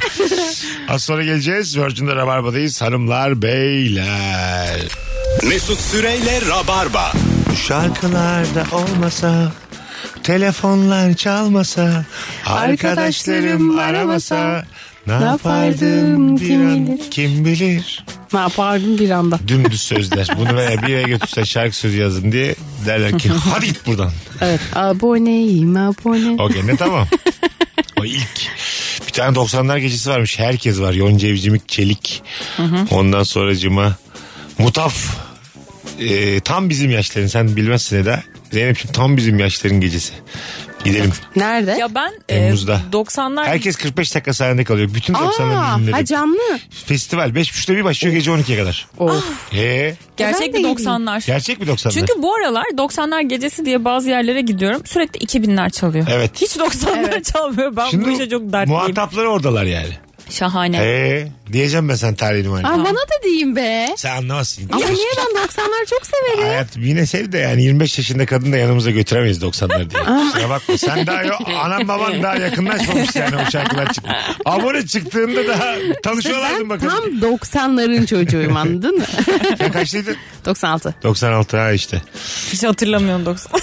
C: Az sonra geleceğiz. Virgin'de Rabarba'dayız. Hanımlar, beyler.
B: Mesut Süreyle Rabarba.
C: Şarkılarda olmasa Telefonlar çalmasa Arkadaşlarım
D: Arkadaşlarım
C: aramasa
D: aramasa,
C: Ne
D: ne
C: yapardım
D: yapardım
C: bir
D: kim
C: an
D: bilir?
C: kim bilir
D: Ne yapardım bir anda.
C: Dümdüz sözler Bunu veya bir yere götürse şarkı sözü yazın diye Derler [laughs] ki hadi git buradan
D: Evet. Aboneyim abone.
C: O gene tamam. O ilk. Bir tane 90'lar gecesi varmış. Herkes var. Yonca Evcimik, Çelik. Ondan sonra Cima. Mutaf. Ee, tam bizim yaşların. Sen bilmezsin Eda. Zeynep'ciğim tam bizim yaşların gecesi. Gidelim.
D: Nerede?
E: Ya ben e,
C: Temmuz'da.
E: 90'lar
C: Herkes 45 dakika sahnede kalıyor. Bütün 90'lar
D: Aa, ha
C: günleri.
D: canlı.
C: Festival 5.30'da bir başlıyor gece 12'ye kadar.
D: Of.
C: Ee,
E: gerçek bir
D: Ben de
E: 90'lar.
C: gerçek mi 90'lar?
E: Çünkü bu aralar 90'lar gecesi diye bazı yerlere gidiyorum. Sürekli 2000'ler çalıyor.
C: Evet.
E: Hiç 90'lar çalmıyor. Ben bu işe çok dertliyim.
C: muhatapları oradalar yani.
E: Şahane.
C: Ee, diyeceğim ben sen tarihini.
D: Aa,
C: bana.
D: Ah, bana da diyeyim be.
C: Sen anlamazsın.
D: Ama niye ben 90'lar çok severim.
C: Hayat yine sev de yani 25 yaşında kadın da yanımıza götüremeyiz 90'lar diye.
D: Ah.
C: Kusura bakma sen daha yo,
D: [laughs]
C: anam baban daha yakınlaşmamış yani o şarkılar çıktı. Abone çıktığında daha tanışıyorlardı
D: Ben
C: şey bakın.
D: tam 90'ların çocuğuyum
C: [laughs]
D: anladın mı?
C: Ya kaçtıydı?
D: 96.
C: 96 ha işte.
E: Hiç hatırlamıyorum [laughs] 90.
C: Var,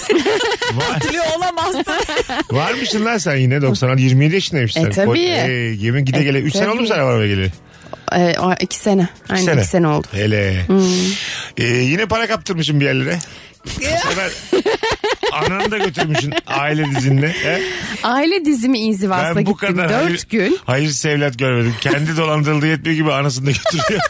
E: Hatırlıyor [laughs] olamazsın.
C: varmışsın lan sen yine 96 27 yaşındaymışsın.
D: E,
C: sen.
D: tabii.
C: Koy- E, yemin gide
D: E,
C: gele 3 sene
D: tabii.
C: oldu mu sana var mı geleli?
D: Ee, o- iki sene. Aynen iki sene oldu.
C: Hele.
D: Hmm.
C: E, yine para kaptırmışım bir yerlere. Bu sefer ananı da götürmüşsün aile dizinle. He?
D: Aile dizimi inzivasına
C: Ben bu
D: gittim.
C: kadar hayır,
D: Dört gün.
C: hayırsız evlat görmedim. Kendi dolandırıldığı yetmiyor gibi anasını da
D: [laughs]
C: götürüyor.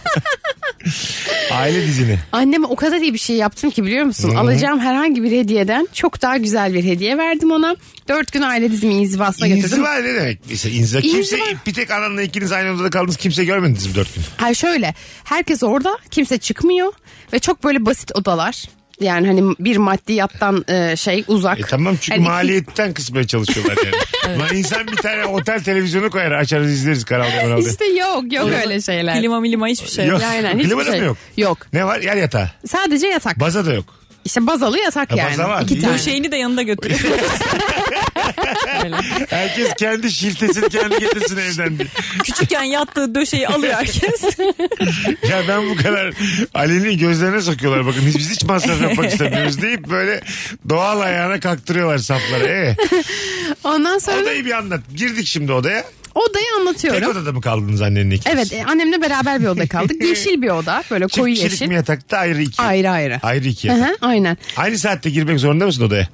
C: Aile dizini.
D: Anneme o kadar iyi bir şey yaptım ki biliyor musun? Alacağım herhangi bir hediyeden çok daha güzel bir hediye verdim ona. Dört gün aile dizimi inzivasına götürdüm.
C: İnziva ne demek? İşte inziva. Kimse,
D: İnziva.
C: bir tek ananla ikiniz aynı odada kaldınız kimse görmediniz mi dört gün?
D: Hayır şöyle herkes orada kimse çıkmıyor ve çok böyle basit odalar. Yani hani bir maddiyattan e, şey uzak.
C: E tamam çünkü
D: Hani iki-
C: maliyetten kısmaya çalışıyorlar
D: [laughs]
C: yani. Lan insan bir tane otel televizyonu koyar açarız izleriz kanalda kanalda.
D: İşte yok yok öyle şeyler.
E: Klima milima hiçbir şey.
C: Yok.
D: Aynen hiçbir
C: Klima da mı
D: şey.
C: yok?
D: Yok.
C: Ne var? Yer yatağı.
D: Sadece yatak.
C: Baza da yok.
D: işte bazalı yatak
C: Ha,
D: yani.
C: baza var.
D: İki
C: İyi.
D: tane.
E: Şeyini de
C: [laughs]
E: yanında götürüyor. Öyle.
C: Herkes kendi şiltesini kendi getirsin evden. diye.
E: Küçükken yattığı döşeyi
C: [laughs]
E: alıyor herkes.
C: Ya ben bu kadar aleni gözlerine sokuyorlar bakın. Biz, biz hiç masraf yapmak istemiyoruz deyip böyle doğal ayağına kaktırıyorlar sapları. Ee,
D: Ondan sonra
C: odayı bir anlat. Girdik şimdi odaya.
D: odayı
C: Tek
D: anlatıyorum.
C: odada mı kaldınız annenle ikiniz?
D: Evet e, annemle beraber bir
C: [laughs]
D: oda kaldık. Yeşil bir oda böyle
C: Çift
D: koyu
C: kişilik
D: yeşil.
C: mi yatakta ayrı iki.
D: Ayrı ayrı.
C: Ayrı iki
D: Hı
C: yatak.
D: hı, aynen.
C: Aynı saatte girmek zorunda mısın odaya?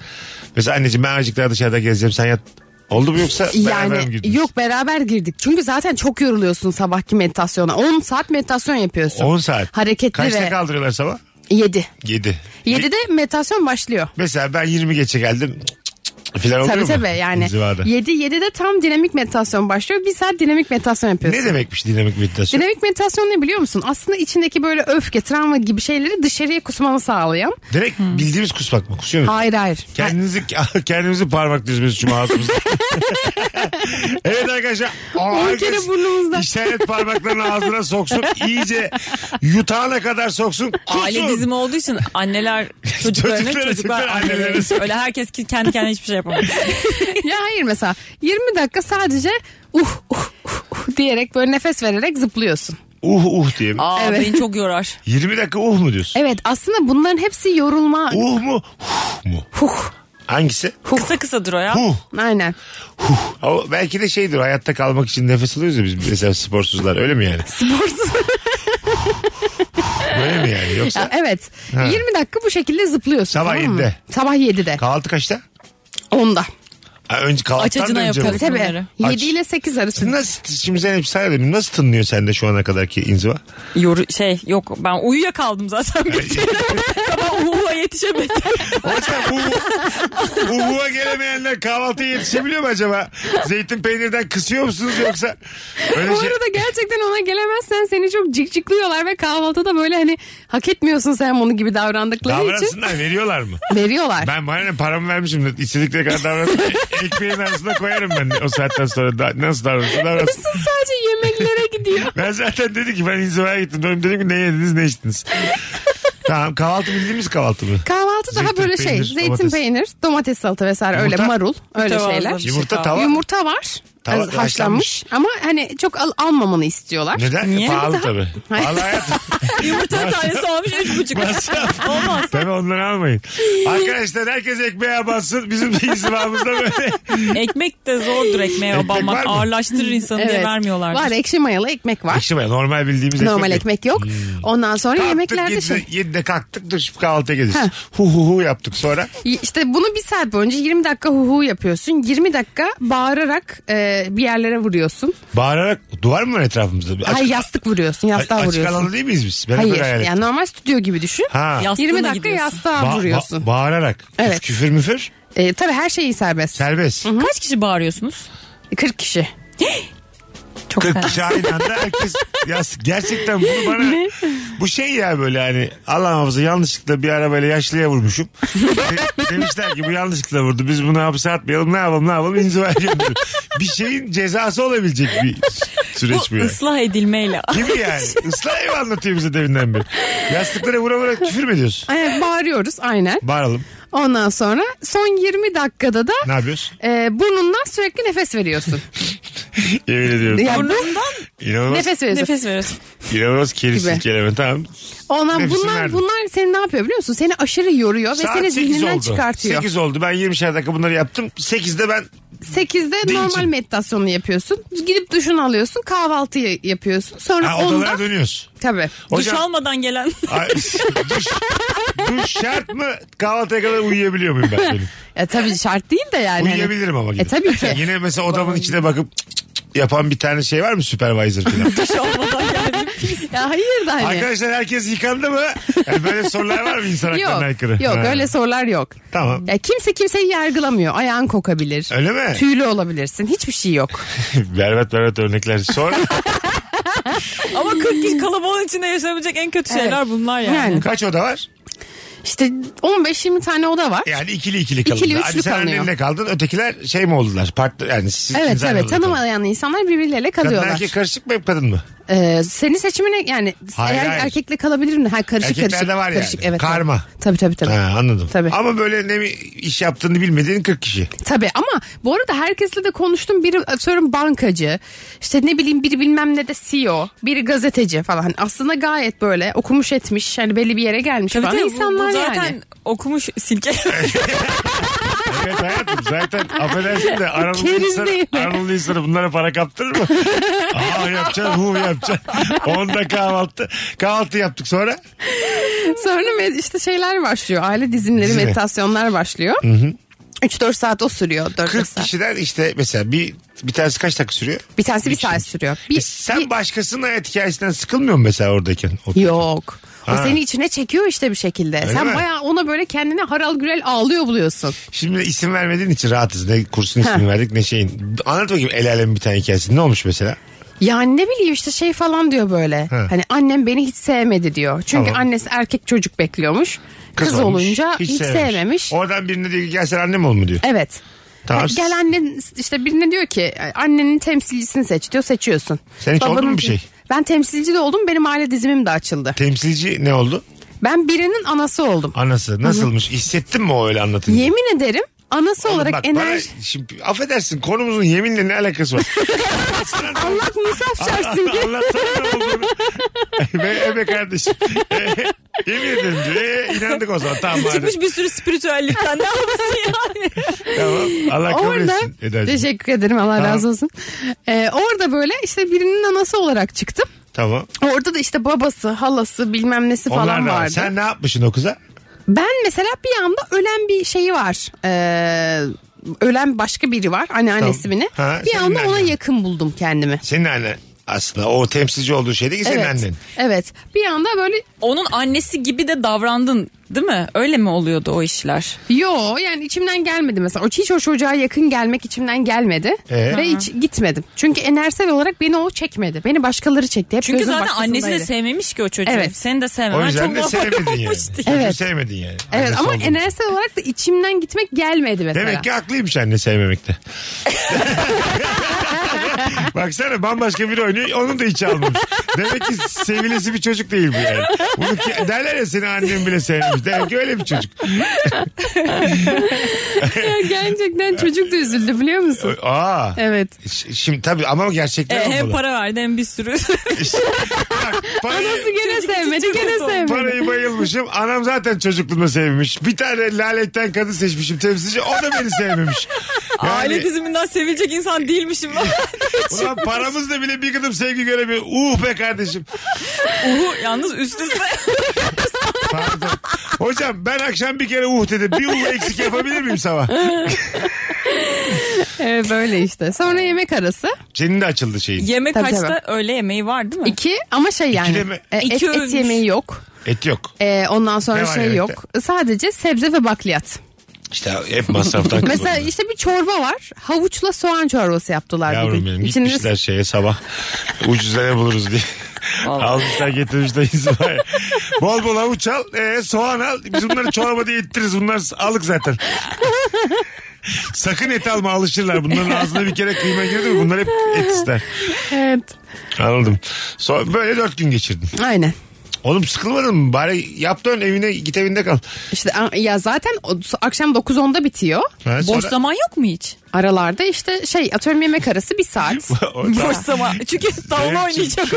C: Mesela anneciğim ben azıcık daha dışarıda gezeceğim sen yat. Oldu mu yoksa beraber mi
D: Yani
C: girdiniz?
D: yok beraber girdik. Çünkü zaten çok yoruluyorsun sabahki meditasyona. 10 saat meditasyon yapıyorsun.
C: 10 saat.
D: Hareketli
C: Kaçta
D: ve
C: kaldırıyorlar sabah?
D: 7.
C: 7.
D: 7'de meditasyon başlıyor.
C: Mesela ben 20 geçe geldim. Cık, cık, cık Filan oluyor
D: Tabii
C: mu?
D: tabii yani.
C: İnzivada.
D: 7 7'de tam dinamik meditasyon başlıyor. Bir saat dinamik meditasyon yapıyorsun.
C: Ne demekmiş dinamik meditasyon?
D: Dinamik meditasyon ne biliyor musun? Aslında içindeki böyle öfke, travma gibi şeyleri dışarıya kusmanı sağlayan.
C: Direkt
D: Hmm.
C: bildiğimiz kusmak mı? Kusuyor musun?
D: Hayır hayyor
C: Kendinizi [laughs] kendimizi parmak düzmesi şu
D: [laughs]
C: ağzımızda. evet arkadaşlar. Aa,
D: On
C: herkes
D: kere burnumuzda.
C: İşaret parmaklarını ağzına soksun. iyice yutağına kadar soksun. Kusun.
E: Aile dizimi olduğu için
C: [laughs]
E: anneler çocuklarını
C: Çocuklara,
E: çocuklar annelerini.
C: annelerini.
E: [laughs] Öyle herkes ki- kendi kendine hiçbir şey yapamıyor.
D: [laughs] ya hayır mesela 20 dakika sadece uh uh uh, uh diyerek böyle nefes vererek zıplıyorsun.
C: Uh uh diye. mi?
E: Aa
D: Evet.
E: beni çok [laughs] yorar.
C: 20 dakika uh mu diyorsun?
D: Evet aslında bunların hepsi yorulma.
C: Uh mu? Huh mu?
D: Huh.
C: Hangisi?
E: Kısa kısadır o ya.
C: Huh.
D: Aynen.
C: Huh. Ama belki de şeydir hayatta kalmak için nefes alıyoruz ya biz mesela sporsuzlar öyle mi
D: [laughs]
C: yani? [laughs]
D: Sporsuz.
C: Böyle mi yani? Yoksa
D: Ya e- evet. 20 dakika bu şekilde zıplıyorsun.
C: Sabah
D: tamam mı?
C: 7'de.
D: Sabah 7'de.
C: kahvaltı kaçta?
D: 10'da.
C: Ha, önce kahvaltıdan da
E: Açacına
C: önce mi?
E: yaparız.
D: Tabii.
E: Bunları.
C: Aç.
D: 7 ile 8 arası.
C: Nasıl, şimdi sen hep sayalım. Nasıl tınlıyor sende şu ana kadarki inziva?
E: Yoru- şey yok ben uyuyakaldım zaten bir kere. Sabah uğuğa yetişemedi.
C: Hocam uhu- uhuğa gelemeyenler kahvaltıya yetişebiliyor mu acaba? Zeytin peynirden kısıyor musunuz yoksa? Öyle
D: Bu
C: şey...
D: arada gerçekten ona gelemezsen seni çok cikcikliyorlar ve kahvaltıda böyle hani hak etmiyorsun sen bunu gibi davrandıkları için
C: Davranasınlar veriyorlar mı?
D: veriyorlar.
C: Ben bana ne paramı vermişim de istedikleri kadar davransın. Ekmeğin arasına koyarım ben de o saatten sonra. Da, nasıl davransın davransın.
D: [laughs] Nasıl sadece yemeklere gidiyor.
C: Ben zaten dedi ki ben inzivaya gittim. Dönüm dedim ki ne yediniz ne içtiniz. tamam kahvaltı bildiğimiz kahvaltı mı?
D: Kahvaltı daha
C: Zeytin,
D: böyle şey
C: peynir,
D: zeytin
C: domates.
D: peynir, domates salata vesaire öyle
C: Yumurta?
D: marul öyle
E: Mütevazı bir
D: şeyler.
E: şey
C: Yumurta,
E: daha.
C: tava-
D: Yumurta var.
C: Tava-
D: az haşlanmış ama hani çok al, almamanı istiyorlar.
C: Neden?
E: Niye?
C: Pahalı tabii.
D: Hayır.
C: Pahalı hayatım.
E: Yumurta tanesi olmuş üç buçuk. Olmaz.
C: Tabii onları almayın. Arkadaşlar herkes ekmeğe bassın. Bizim de inzivamızda böyle.
E: Ekmek de zordur ekmeğe
C: Ekmek
E: abanmak.
C: var mı?
E: Ağırlaştırır insanı diye
D: Evet.
E: vermiyorlar.
D: Var ekşi mayalı ekmek var.
C: Ekşi Hmm. bayağı, normal bildiğimiz
D: Normal ekmek yok. Ondan sonra yemeklerde
C: yemeklerde
D: şey.
C: Yedide kalktık dur şimdi kahvaltıya geleceğiz.
D: Ha.
C: Hu hu hu yaptık sonra.
D: İşte bunu bir saat boyunca 20 dakika hu hu yapıyorsun. 20 dakika bağırarak e, bir yerlere vuruyorsun.
C: Bağırarak duvar mı var etrafımızda? Açık-
D: Hayır yastık vuruyorsun, yastığa
C: Açık alanda
D: vuruyorsun.
C: değil miyiz biz? Ben hep öyle hayal
D: Hayır.
C: ettim.
D: Yani normal stüdyo gibi düşün.
C: Ha.
E: Yastığına
D: 20 dakika
E: gidiyorsun.
D: yastığa
C: Ba- ba-
D: vuruyorsun.
C: bağırarak.
D: Evet.
C: Küfür müfür
D: E, tabii her şeyi serbest.
C: serbest.
E: Kaç kişi bağırıyorsunuz?
D: 40 kişi.
E: Çok
C: 40 kişi aynı anda herkes yastık. Gerçekten bunu bana bu şey ya böyle hani Allah hafıza yanlışlıkla bir arabayla yaşlıya vurmuşum. De- demişler ki bu yanlışlıkla vurdu. Biz bunu hapse atmayalım. Ne yapalım ne yapalım inzivaya gönderelim. Bir şeyin cezası olabilecek bir süreç bu.
E: Bu
C: yani. [laughs]
E: ıslah edilmeyle.
C: Gibi yani. Islah evi anlatıyor bize deminden beri. Yastıklara vura vura küfür mü ediyorsun? [laughs]
D: E, bağırıyoruz aynen.
C: Bağıralım.
D: Ondan sonra son 20 dakikada da
C: Ne yapıyorsun?
D: e, burnundan sürekli
C: [laughs]
D: nefes veriyorsun.
C: Yemin ediyorum.
D: Yani bu-
E: Burnundan
C: İnanılmaz,
D: nefes veriyorsun.
E: nefes veriyorsun.
C: inanılmaz keriz
D: Gibi.
C: silkeleme. Tamam.
D: Ondan
C: Nefesini
D: bunlar
C: verdim.
D: bunlar seni ne yapıyor biliyor musun? Seni aşırı yoruyor ve seni zihninden çıkartıyor.
C: 8 oldu. Ben 20'şer dakika bunları yaptım. 8'de ben
D: 8'de
C: Değil
D: normal
C: mi?
D: meditasyonu yapıyorsun. Gidip duşunu alıyorsun, kahvaltıyı yapıyorsun. Sonra
C: ha, odalara
D: onda
C: dönüyoruz.
D: tabii.
E: Duş almadan gelen. [laughs]
C: Ay, duş, duş şart mı? Kahvaltıya kadar uyuyabiliyor muyum ben? Benim?
D: E, tabii şart değil de [laughs] yani. hani.
C: Uyuyabilirim ama gidip.
D: E, tabii ki.
C: Yine mesela odamın içine bakıp cık cık cık yapan bir tane şey var mı? Supervisor
D: [laughs]
C: falan.
E: Duş olmadan gelen.
D: Ya hayır da hani.
C: Arkadaşlar herkes yıkandı mı? Yani böyle sorular var mı insan haklarına aykırı?
D: Yok, yok
C: Ha.
D: öyle sorular yok.
C: Tamam.
D: Ya kimse kimseyi yargılamıyor. Ayağın kokabilir.
C: Öyle mi?
D: Tüylü olabilirsin. Hiçbir şey yok.
C: [laughs] berbat berbat örnekler.
D: [laughs]
C: Sonra
E: Ama 40 kişi kalabalığın içinde yaşanabilecek en kötü şeyler bunlar yani.
D: Yani
C: kaç oda var?
D: işte 15-20 tane oda var.
C: Yani ikili ikili kalın.
D: İkili,
C: Hadi
D: üçlü
C: sen
D: kalınıyor.
C: annenle kaldın ötekiler şey mi oldular? Partner, yani siz
D: Evet
C: ikiniz aynı
D: evet
C: odada kaldınız.
D: tanımayan insanlar birbirleriyle
C: Kadın
D: kalıyorlar.
C: erkek karışık mı hep kadın mı?
D: Ee, senin seçimine yani
C: Hayır,
D: eğer
C: hayır.
D: erkekle kalabilir mi? Ha, karışık
C: Erkeklerde
D: karışık.
C: var yani.
D: karışık, evet,
C: Karma.
D: evet. Tabii tabii tabii.
C: Ha, anladım.
D: Tabii.
C: Ama böyle ne bir iş yaptığını bilmediğin 40 kişi.
D: Tabii ama bu arada herkesle de konuştum. Biri atıyorum bankacı. işte ne bileyim biri bilmem ne de CEO. Biri gazeteci falan. Hani aslında gayet böyle okumuş etmiş. Yani belli bir yere gelmiş
E: Tabii
D: falan.
E: tabii bu-
D: insanlar
E: bu zaten
D: yani.
E: okumuş silke.
C: Evet hayatım zaten affedersin de Anadolu
D: [laughs] Keriz
C: insanı,
D: değil mi?
C: Anadolu insanı bunlara para kaptırır
D: [laughs]
C: mı? Aa yapacaksın hu yapacaksın. [laughs] Onda kahvaltı. Kahvaltı yaptık sonra.
D: [laughs] Sonra me- işte şeyler başlıyor. Aile dizimleri,
C: Dizimi.
D: meditasyonlar başlıyor. 3-4 saat o sürüyor. 4
C: 40
D: saat.
C: kişiden işte mesela bir bir tanesi kaç dakika sürüyor?
D: Bir tanesi bir
C: kişi.
D: saat sürüyor.
C: E
D: Bir,
C: sen
D: bir-
C: başkasının hayat hikayesinden sıkılmıyor musun mesela oradayken? O-
D: Yok. O
C: Ha.
D: seni içine çekiyor işte bir şekilde.
C: Öyle
D: Sen
C: mi?
D: bayağı ona böyle kendine haral gürel ağlıyor buluyorsun.
C: Şimdi isim vermediğin için rahatız. Ne kursun ismini
D: Ha.
C: verdik ne şeyin. Anlat bakayım el alemin bir tane hikayesi. Ne olmuş mesela?
D: Yani ne bileyim işte şey falan diyor böyle.
C: Ha.
D: Hani annem beni hiç sevmedi diyor. Çünkü
C: Tamam.
D: annesi erkek çocuk bekliyormuş. Kız,
C: olmuş,
D: olunca hiç,
C: sevmemiş.
D: sevmemiş.
C: Oradan birine diyor ki gel sen annem ol mu diyor.
D: Evet.
C: Tamam.
D: Yani Gel annen işte birine diyor ki annenin temsilcisini seç diyor seçiyorsun.
C: Sen hiç oldun
D: Babamın-
C: mu bir şey?
D: Ben temsilci de oldum benim aile dizimim de açıldı.
C: Temsilci ne oldu?
D: Ben birinin anası oldum.
C: Anası nasılmış? Hissettin mi o öyle anlatınca?
D: Yemin ederim anası
C: Oğlum
D: olarak
C: bak,
D: enerji...
C: bana şimdi affedersin konumuzun yeminle ne alakası
D: [laughs]
C: var?
D: Allah musaf çarpsın.
C: Anlatsana ne olduğunu. Ebe, ebe kardeşim. E, yemin ederim diyor. E, inandık o zaman. Tamam
E: Çıkmış
C: hadi.
E: bir sürü spiritüellikten ne yapsın yani.
C: [laughs] Tamam. Allah [laughs] kabul
D: Orada
C: etsin. Eda'cığım.
D: teşekkür ederim Allah
C: Tamam.
D: razı olsun. Ee, orada böyle işte birinin anası olarak çıktım.
C: Tamam.
D: Orada da işte babası, halası bilmem nesi
C: Onlar
D: falan
C: da var.
D: vardı.
C: Sen ne yapmışsın o kıza?
D: Ben mesela bir anda ölen bir şeyi var. Ee, ölen başka biri var anneannesi
C: Tamam.
D: beni.
C: Ha,
D: bir
C: senin
D: anda ona
C: annen.
D: yakın buldum kendimi.
C: Senin annen. Aslında o temsilci olduğu şey değil ki senin
D: Evet.
C: annen.
D: Evet. Bir anda böyle
E: Onun annesi gibi de davrandın Değil mi? Öyle mi oluyordu o işler?
D: Yo yani içimden gelmedi mesela. O hiç o çocuğa yakın gelmek içimden gelmedi.
C: Ee?
D: Ve hiç gitmedim. Çünkü enerjisel olarak beni o çekmedi. Beni başkaları çekti. Hep
E: Çünkü
D: gözüm
E: zaten
D: başkasındaydı.
E: annesi de sevmemiş ki o çocuğu.
D: Evet.
E: Seni de sevmem.
C: O yüzden
E: Çok
C: de
E: normal
C: sevmedin yani.
E: olmuş diye.
C: Çocuğu
D: Evet.
C: sevmedin yani.
D: Evet
C: Annesi
D: ama
C: olduğunu.
D: enerjisel olarak da içimden gitmek gelmedi mesela.
C: Demek ki haklıymış anne
D: [laughs]
C: sevmemekte. Baksana bambaşka bir oynuyor onun da hiç almamış. Demek ki sevilesi bir çocuk değil bu yani. Bunu ki- derler ya seni annem bile sevmemiş. Demek ki öyle bir çocuk.
D: Ya [laughs] gerçekten çocuk da üzüldü biliyor musun?
C: Aa.
D: Evet.
C: Ş- Şimdi tabii ama gerçekler
E: E, hem
C: olmalı.
E: para verdi hem bir sürü.
C: İşte- Bak, parayı,
D: Anası gene
E: Çocuk
D: sevmedi
E: için
D: gene
E: çocuk oldu.
D: sevmedi.
C: parayı bayılmışım. Anam zaten çocukluğuma sevmiş. Bir tane laletten kadın seçmişim temsilci. O da beni sevmemiş. Yani-
E: Aile diziminden sevilecek insan değilmişim.
C: Ulan paramızla bile bir kadın sevgi göremiyor. Uh be kardeşim.
E: Uhu yalnız üst [laughs] üste.
C: Pardon. Hocam ben akşam bir kere uh dedim. Bir uh eksik yapabilir miyim sabah?
D: Evet, böyle işte. Sonra yemek arası.
C: Senin de açıldı şeyin.
E: Yemek
D: Tabii,
E: kaçta?
D: tabii.
E: Öğle yemeği var değil mi?
D: İki ama şey
C: İkide
D: yani.
C: mi?
D: e, et,
E: İki
D: et
E: ölmüş.
D: yemeği yok.
C: Et yok.
D: E, ondan
C: Ne
D: sonra
C: var
D: şey
C: yemekte?
D: yok. Sadece sebze ve bakliyat.
C: İşte hep masraftan
D: Mesela
C: kızıldı.
D: işte bir çorba var. Havuçla soğan çorbası yaptılar
C: Yavrum
D: bugün.
C: benim
D: İçinde-
C: gitmişler şeye sabah. Ucuza ne buluruz diye. Almışlar getirmişler İsmail. bol bol havuç al. ee, soğan al. Biz bunları çorba diye ittiririz. Bunlar alık zaten. Sakın et alma alışırlar. Bunların ağzına bir kere kıyma girdi mi? Bunlar hep et ister.
D: Evet.
C: Anladım. So, böyle dört gün geçirdim.
D: Aynen.
C: Oğlum sıkılmadın mı? Bari yap dön evine git evinde kal.
D: İşte a- ya zaten o- akşam 9-10'da bitiyor.
C: Ha,
E: Boş
C: sonra-
E: zaman yok mu hiç?
D: Aralarda işte şey atıyorum yemek arası
C: [laughs]
D: bir saat.
C: O-
E: Boş zaman. Çünkü tavla oynayacak.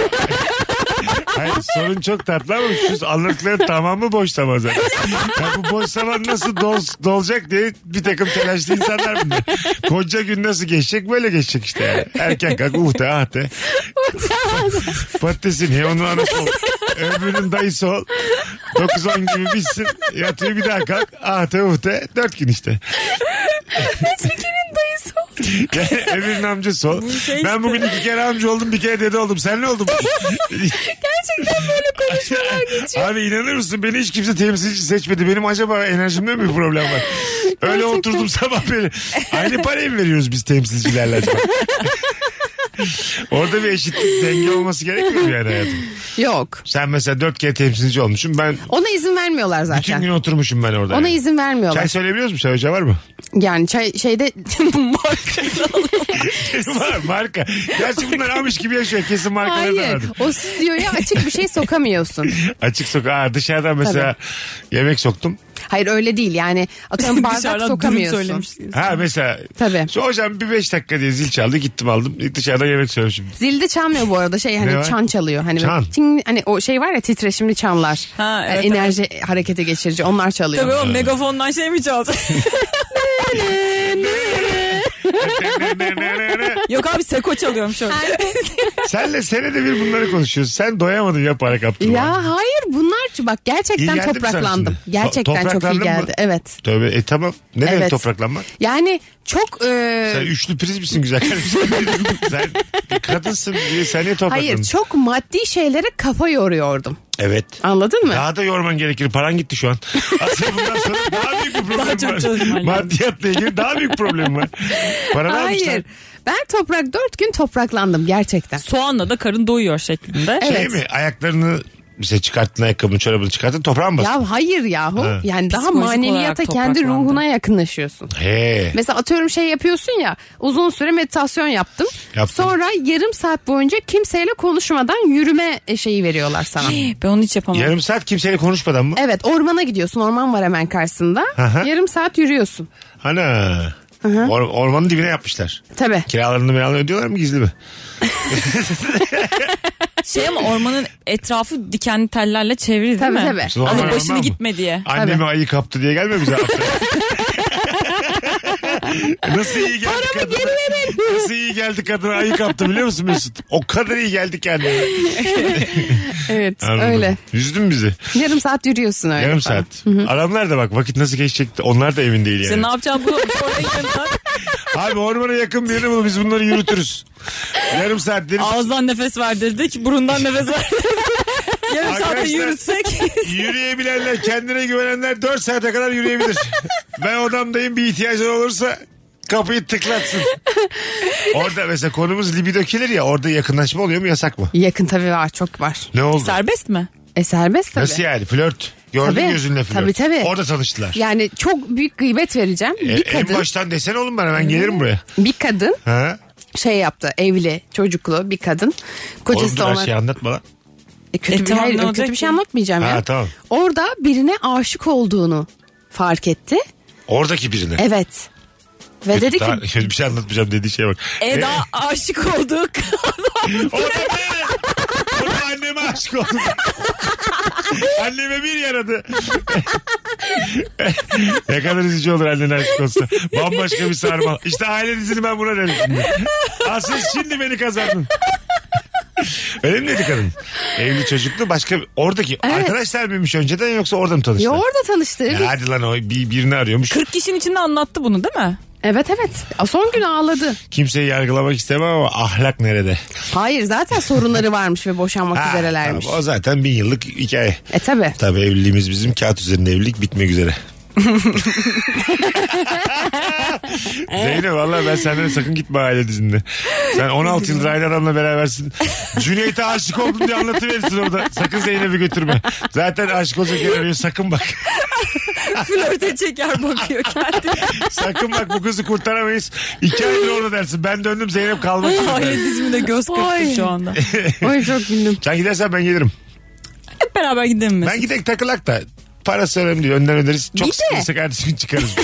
C: Hayır, sorun çok tatlı ama şu anlattıkların tamamı boş zaman zaten. Ya bu boş zaman nasıl dol- dolacak diye bir takım telaşlı insanlar bunlar. Koca gün nasıl geçecek böyle geçecek işte yani. Erken kalk uh de ah de. Patatesin he onun anası ol. Öbürünün dayısı ol. 9-10 gibi bitsin. Yatıyor bir daha kalk. Ah de uh de. 4 gün işte.
E: Ötekinin dayısı
C: Yani öbürünün amcası ol.
E: şey
C: ben bugün iki kere amca oldum bir kere dede oldum. Sen ne oldun?
E: Gerçekten böyle konuşmalar geçiyor.
C: Abi inanır mısın beni hiç kimse temsilci seçmedi. Benim acaba enerjimde mi bir problem var? Öyle oturdum sabah beri. Aynı parayı mı veriyoruz biz temsilcilerle acaba? Orada bir eşitlik denge olması gerekmiyor mu yani hayatım?
D: Yok.
C: Sen mesela dört kere temsilci olmuşsun. Ben
D: Ona izin vermiyorlar
C: bütün
D: zaten.
C: gün oturmuşum ben orada.
D: Ona
C: yani.
D: izin vermiyorlar.
C: Çay söyleyebiliyoruz mu? Çay ocağı
D: [laughs]
C: var mı?
D: Yani çay şeyde [laughs]
C: var marka. Gerçi bunlar almış gibi yaşıyor. Kesin markaları da
D: hayır.
C: vardır.
D: O stüdyoya açık bir şey sokamıyorsun.
C: Açık sokağa dışarıdan mesela yemek soktum.
D: Hayır öyle değil yani atıyorum
E: [laughs]
D: bardak
E: Dışarıdan durum
D: sokamıyorsun.
E: söylemiş.
C: Ha mesela.
D: Tabii.
C: Şu hocam bir beş dakika diye zil çaldı gittim aldım. Dışarıdan yemek
D: [laughs]
C: söylemişim.
D: Zilde çalmıyor bu arada şey
C: Ne var?
D: hani çan çalıyor. Hani,
C: Çan.
D: böyle ting- hani o şey var ya titreşimli çanlar.
E: Ha, evet,
D: Yani enerji harekete geçirici onlar çalıyor.
E: Tabii o megafondan şey mi çalacak? [laughs] Yok abi seko çalıyorum şöyle.
C: Senle senede bir bunları konuşuyoruz. Sen doyamadın ya para kaptırma.
D: Ya hayır bunlar bak gerçekten
C: İlgilendi mi sana
D: topraklandım.
C: şimdi?
D: Gerçekten çok
C: Topraklandın
D: iyi
C: mı?
D: geldi. Evet.
C: Tövbe e tamam. Ne demek
D: Evet.
C: topraklanmak?
D: Yani çok e,
C: Sen üçlü priz misin güzel
D: [laughs]
C: kardeşim? sen bir kadınsın diye sen niye topraklandın?
D: hayır çok maddi şeylere kafa yoruyordum.
C: Evet.
D: Anladın mı?
C: Daha da yorman gerekir. Paran gitti şu an. Aslında bundan sonra daha büyük bir problem
E: Daha çok
C: var.
E: çalışman lazım.
C: Maddiyatla ilgili daha büyük problem var. Paranı almışlar.
D: hayır. Ben toprak dört gün topraklandım gerçekten.
E: Soğanla da karın doyuyor şeklinde.
D: Evet.
C: Şey mi? Ayaklarını mesela çıkarttın ayakkabını çorabını çıkarttın toprağa mı bastın?
D: Ya hayır yahu.
C: Ha.
D: Yani daha
E: Psikolojik
D: maneviyata
E: olarak
D: kendi
E: topraklandım.
D: ruhuna yakınlaşıyorsun.
C: He.
D: Mesela atıyorum şey yapıyorsun ya uzun süre meditasyon yaptım.
C: Yaptım.
D: Sonra yarım saat boyunca kimseyle konuşmadan yürüme e, şeyi veriyorlar sana.
E: Ben onu hiç yapamam.
C: Yarım saat kimseyle konuşmadan mı?
D: evet ormana gidiyorsun orman var hemen karşısında.
C: Aha.
D: Yarım saat yürüyorsun.
C: Ana. Or- ormanın dibine yapmışlar.
D: Tabii.
C: Kiralarını miralarını ödüyorlar mı gizli mi?
E: Şey ama ormanın etrafı dikenli tellerle çevrili değil
D: Tabii,
E: mi?
D: tabii.
C: Siz ormana
E: Ama başını
C: rağmen mi?
E: gitme diye.
C: Annemi ayı kaptı diye gelmiyor
D: [laughs]
C: bize Nasıl iyi geldi kadına? Nasıl iyi geldi kadına ayı kaptı biliyor musun Mesut? O kadar iyi geldi kendine.
D: Evet
C: Anladım.
D: öyle.
C: Üzdün bizi.
D: Yarım saat yürüyorsun öyle.
C: Yarım
D: falan.
C: saat. Adamlar da bak vakit nasıl geçecek onlar da emin değil
E: Sen
C: yani.
E: ne yapacağını bulamamış. Oraya gidiyorsun.
C: Abi ormana yakın bir yere bul biz bunları yürütürüz. Yarım saat deriz.
E: [laughs] Ağızdan nefes verdirdik, burundan nefes verdirdik. Yarım saatte
C: Arkadaşlar-
E: yürütsek.
C: Yürüyebilenler kendine güvenenler 4 saate kadar yürüyebilir. ben odamdayım bir ihtiyacın olursa kapıyı tıklatsın. orada mesela konumuz libido killer ya orada yakınlaşma oluyor mu yasak mı?
D: Yakın tabii var çok var.
C: Ne oldu?
E: Serbest mi?
D: E serbest tabii.
C: Nasıl yani flört? Gördün
D: Tabii.
C: gözünle flört.
D: Tabii, tabii.
C: Orada tanıştılar.
D: Yani çok büyük gıybet vereceğim.
C: E,
D: bir
C: en
D: kadın
C: baştan desene oğlum ben hemen gelirim buraya.
D: bir kadın
C: Ha?
D: şey yaptı. Evli, çocuklu bir kadın.
C: Oğlum
D: Kocası
C: dur
D: ona
C: her şeyi anlatma lan.
D: E, kötü
E: E,
D: bir,
E: tamam,
D: hayır,
E: ne
D: kötü
E: olacak
D: bir
E: ki?
D: şey anlatmayacağım
C: Ha,
D: ya.
C: tamam.
D: Orada birine aşık olduğunu fark etti.
C: Oradaki birine.
D: Evet. Ve dedi ki E,
C: Daha- [laughs] bir şey E, anlatmayacağım dediği şeye bak.
E: Eda aşık [laughs] olduk.
C: O da ne? O da anneme aşık oldu. Anneme bir yaradı. ne kadar üzücü olur annene aşık olsa. Bambaşka bir sarmal. İşte aile dizini ben buna derim şimdi. Asıl şimdi beni kazandın. Öyle mi dedi kadın? Evli çocuklu başka oradaki arkadaşlar mıymış önceden yoksa orada mı
D: ya
C: tanıştı?
D: orada tanıştı.
C: Ya hadi lan o bir, birini arıyormuş.
E: 40 kişinin içinde anlattı bunu değil mi?
D: Evet evet. A, Son gün ağladı.
C: Kimseyi yargılamak istemem ama ahlak nerede?
D: Hayır zaten sorunları varmış ve boşanmak
C: Ha,
D: üzerelermiş.
C: tamam, o zaten bin yıllık hikaye.
E: [laughs]
D: E tabi.
C: Tabii evliliğimiz bizim kağıt üzerinde evlilik bitmek üzere. Zeynep valla ben senden sakın gitme aile dizinde. Sen 16 yıldır aynı adamla berabersin. Cüneyt'e aşık oldum diye anlatıverirsin orada. Sakın Zeynep'i götürme. Zaten aşık olacak yer arıyor. Sakın bak.
E: Flörte çeker bakıyor kendine.
C: Sakın bak bu kızı kurtaramayız. İki aydır orada dersin. Ben döndüm Zeynep kalmak
E: Aile
C: üzere.
E: dizimine göz kırptım
D: Ay.
E: şu anda.
D: Oy çok güldüm.
C: Sen gidersen ben gelirim.
E: Hep beraber gidelim mi?
C: Ben gidek takılak da parası önemli değil. Önden öderiz. Çok
D: Bir de-
C: sıkılırsak ertesi gün çıkarız.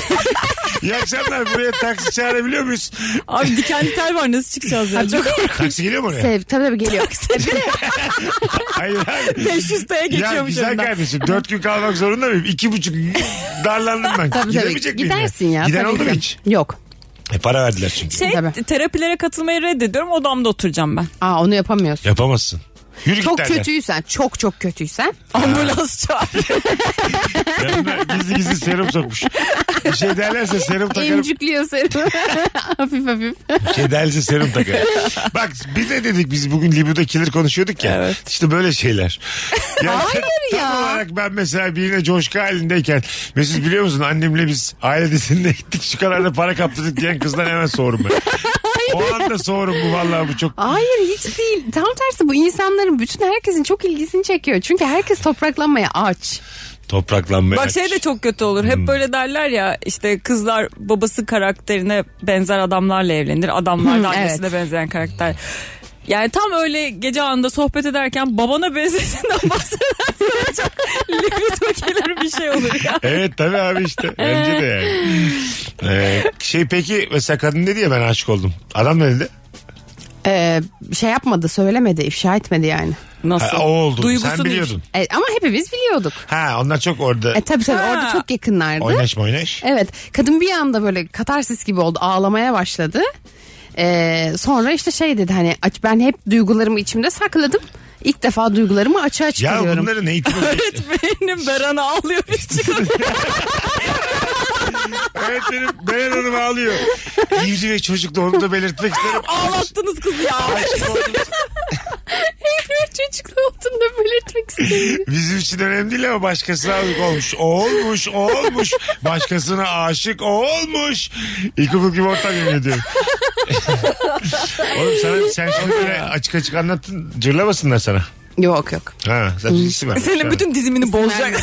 C: İyi akşamlar. Buraya taksi çağırabiliyor muyuz?
E: Abi dikenli tel var nasıl çıkacağız ya? Çok
C: Taksi geliyor mu oraya?
D: Sev, tabii
C: [laughs]
D: tabii geliyor. E, bir de
C: Hayır abi.
E: 500 T'ye
C: Ya
E: geçiyormuş
C: güzel
E: önünden.
C: kardeşim dört gün kalmak zorunda mıyım? İki buçuk [laughs] gün darlandım ben.
D: tabii, tabii.
C: Gidemeyecek miyim? ben?
D: Gidersin ya.
C: Giden
D: tabii
C: oldu mu
D: ki.
C: hiç?
D: Yok.
C: E, para verdiler çünkü.
E: Şey
D: Tabii.
E: terapilere katılmayı reddediyorum odamda oturacağım ben.
D: Aa onu yapamıyorsun.
C: Yapamazsın. Yürü
D: Çok
C: git derler.
D: kötüysen, çok çok kötüysen.
E: Ambulans çağır.
C: Yanına gizli gizli serum sokmuş. Bir şey derlerse serum takarım.
D: Emcükliyor seni. hafif hafif.
C: Bir şey derlerse serum
E: [laughs]
C: takarım. Bak biz ne dedik biz bugün libido killer konuşuyorduk ya. İşte böyle şeyler. Yani
D: Hayır ya.
C: Tam olarak ben mesela birine coşku halindeyken. Mesut biliyor musun annemle biz aile dizinde gittik şu kadar da para kaptırdık diyen kızdan hemen soğurum ben. O anda soğurum bu vallahi bu çok
D: Hayır hiç değil. Tam tersi bu insanların bütün herkesin çok ilgisini çekiyor. Çünkü herkes topraklanmaya aç.
C: Topraklanmaya.
E: Bak şey de çok kötü olur. Hep böyle derler ya işte kızlar babası karakterine benzer adamlarla evlenir.
C: Hmm,
E: Adamlar da
D: Hı, evet.
E: annesine benzeyen karakter. Yani tam öyle gece anında sohbet ederken babana benzesinden [laughs] bahsedersen çok libido gelir bir şey olur ya.
C: Evet tabii abi
E: [laughs]
C: işte. Bence de yani. Ee, şey peki mesela kadın dedi ya ben aşık oldum. Adam ne dedi?
D: Ee, şey yapmadı, söylemedi, ifşa etmedi yani.
E: Nasıl?
C: Ha, o oldu. Sen
E: Duygusunu-
C: biliyordun.
D: E, ama hepimiz biliyorduk.
C: Ha onlar çok orada.
D: E tabii tabii
E: Ha.
D: orada çok yakınlardı.
C: oynaş mı oynaş?
D: Evet kadın bir anda böyle katarsis gibi oldu ağlamaya başladı. Ee, sonra işte şey dedi hani aç ben hep duygularımı içimde sakladım. İlk defa duygularımı açığa
C: Ya
D: çıkarıyorum.
C: bunların eğitimi
E: [laughs] Benim Beran'ı ağlıyor bir çıkıyor.
C: evet benim Beren Hanım ağlıyor. İvri ve çocuk da onu da belirtmek isterim.
E: Ağlattınız kızı ya.
D: Çocuklu olduğunda belirtmek istedim.
C: Bizim için önemli değil ama başkasına aşık olmuş. O olmuş, o olmuş. Başkasına aşık, o olmuş. İlkokul gibi ortam yemin ediyorum. Oğlum sana, sen şimdi böyle açık açık anlattın. Cırlamasınlar sana.
D: yok yok.
C: Ha, zaten isim vermiş.
E: Senin
C: Ha.
E: bütün dizimini bozacak. [laughs]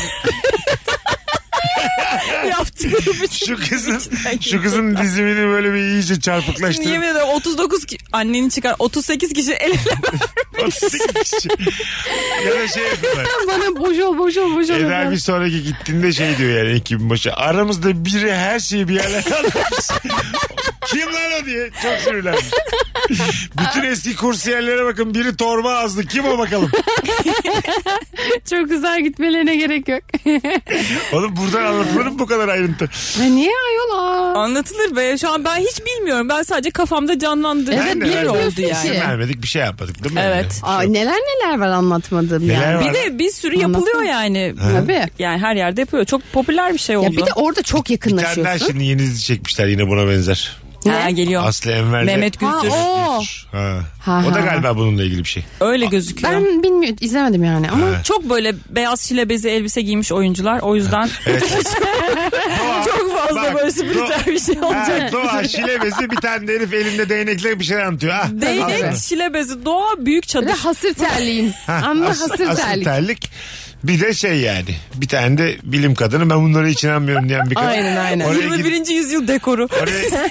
E: Yaptıkları bütün
C: şu
E: [laughs]
C: kızın şu kızın dizimini böyle bir iyice
E: Şimdi
C: [laughs]
E: yemin
C: çarpıklaştırıp
E: ederim 39 ki- annenin çıkar 38 kişi el
D: [laughs]
E: ele
C: 38 kişi. ya da şey yapıyorlar.
D: Bana boş ol boş ol boş ol.
C: Eda bir sonraki gittiğinde şey diyor yani ekibin başı. Aramızda biri her şeyi bir yerlerden [laughs] almış. Kim lan o diye çok sinirlenmiş. Bütün eski kursiyerlere bakın biri torba ağızlı kim o bakalım.
D: [laughs] Çok güzel gitmelerine gerek yok.
C: Oğlum buradan anlatılır mı bu kadar ayrıntı?
D: Ve niye ayol aa?
E: anlatılır be. Şu an ben hiç bilmiyorum. Ben sadece kafamda canlandı.
D: Evet,
E: bir
D: bir
E: yer oldu
D: biliyorsun
E: yani.
D: ki.
C: İsim vermedik bir şey yapmadık değil mi?
E: Evet.
D: Aa, neler neler var anlatmadığım
C: Neler
D: yani.
C: var?
E: Bir de bir sürü yapılıyor
D: Anlatsana.
E: yani.
D: Tabii.
E: Yani her yerde yapıyor. Çok popüler bir şey oldu.
D: Ya bir de orada çok
C: Bir tane daha
D: yakınlaşıyorsun.
C: şimdi yeni dizi çekmişler yine buna benzer.
E: Ha, geliyor.
C: Aslı Enver'le.
E: Mehmet Gürsür.
D: Ha, o.
C: Ha.
D: Ha,
C: O da
D: ha.
C: galiba bununla ilgili
D: [laughs]
C: bir şey.
E: Öyle gözüküyor.
D: Ben bilmiyorum izlemedim yani ama
E: Çok böyle beyaz şile bezi elbise giymiş oyuncular. O
D: [laughs]
E: yüzden [laughs] çok fazla
C: Bak,
E: böyle spiritüel
C: do-
E: bir şey
C: Ha,
E: olacak.
C: doğa şilebesi bir tane herif elinde değnekle bir şey anlatıyor. Ha.
E: Değnek,
D: Tabii.
E: şile bezi, doğa, büyük
D: bir de
E: çadır.
C: [laughs]
D: hasır terliğin. Ama
C: As-
D: hasır
C: asıl
D: terlik.
C: terlik. Bir de şey yani bir tane de bilim kadını ben bunları hiç inanmıyorum diyen bir kadın.
D: Aynen, aynen.
C: Oraya gidip-
E: 21. yüzyıl dekoru.
C: Oraya,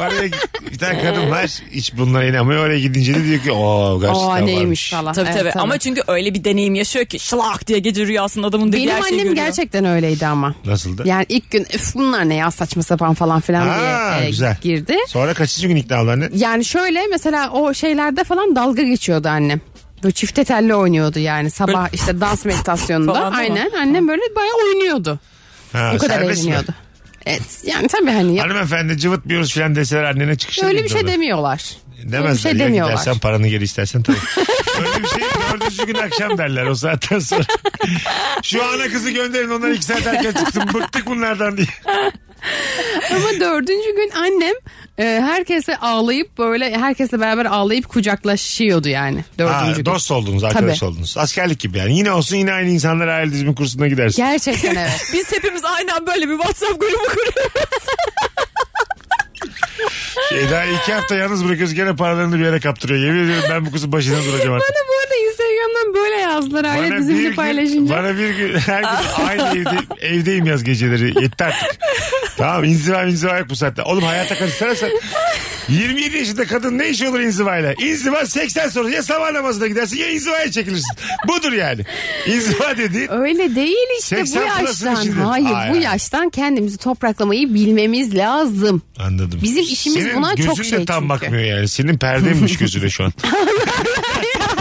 C: oraya bir tane kadın var hiç bunlara inanmıyor. Oraya gidince de diyor ki o gerçekten
D: Aa
C: varmış.
D: neymiş falan.
E: Tabii
D: Evet,
E: tabii ama çünkü öyle bir deneyim yaşıyor ki şlak diye gece rüyasında adamın dediği
D: benim
E: her
D: annem
E: şeyi şey görüyor.
D: gerçekten öyleydi ama.
C: Nasıl da?
D: Yani ilk gün "Üf, bunlar ne ya saçma sapan falan filan
C: Ha,
D: diye e,
C: güzel.
D: girdi.
C: Sonra kaçıncı gün ikna oldu anne?
D: Yani şöyle mesela o şeylerde falan dalga geçiyordu annem. Böyle çifte telli oynuyordu yani sabah
E: Böyle-
D: işte
E: [laughs]
D: dans meditasyonunda.
E: Falan da mı?
D: Aynen annem böyle bayağı oynuyordu.
C: Ha,
D: Bu kadar
C: serbest mi?
D: eğleniyordu. Evet yani tabii hani ya-
C: Hanımefendi cıvıtmıyoruz filan deseler annene çıkışa
D: öyle bir şey
C: gidiyorlar.
D: demiyorlar. Öyle bir
C: Demezler
D: şey
C: ya
D: demiyorlar.
C: gidersen paranı geri istersen tabii. Öyle bir şey dördüncü gün akşam derler o saatten sonra. Şu ana kızı gönderin onlar iki saat erken çıksın bıktık bunlardan diye. [laughs]
D: Ama dördüncü gün annem e, herkese ağlayıp böyle herkesle beraber ağlayıp kucaklaşıyordu yani dördüncü
C: Ha,
D: gün.
C: dost oldunuz arkadaş
D: Tabii.
C: oldunuz. Askerlik gibi yani yine olsun yine aynı insanlar aile dizimi kursuna gidersin.
D: Gerçekten
C: [laughs]
D: evet.
E: Biz hepimiz aynen böyle bir WhatsApp grubu kuruyoruz.
C: Şey, daha iki hafta yalnız bırakıyoruz gene paralarını bir yere kaptırıyor. Yemin ediyorum ben bu kızın başına duracağım artık.
D: Bana bu arada Instagram'dan böyle yazdılar aile dizimini
C: gün,
D: paylaşınca.
C: bana bir gün her
D: [laughs]
C: gün aynı evde, evdeyim yaz geceleri. Yetti artık. Tamam inziva inziva yok bu saatte. Oğlum hayata karışsana sen. 27 yaşında kadın ne işi olur inzivayla? İnziva 80 sonra ya sabah namazına gidersin ya inzivaya çekilirsin. Budur yani. İnziva dedi.
D: Öyle değil işte
C: 80
D: bu
C: plus'ın
D: yaştan.
C: işidir.
D: Hayır
C: Hayır,
D: bu
C: hayır.
D: yaştan kendimizi topraklamayı bilmemiz
C: [laughs]
D: lazım.
C: Anladım.
D: Bizim işimiz
C: Senin
D: buna çok
C: gözün de
D: şey
C: tam
D: çünkü.
C: bakmıyor yani. Senin perdeymiş gözüne
D: [laughs]
C: şu an.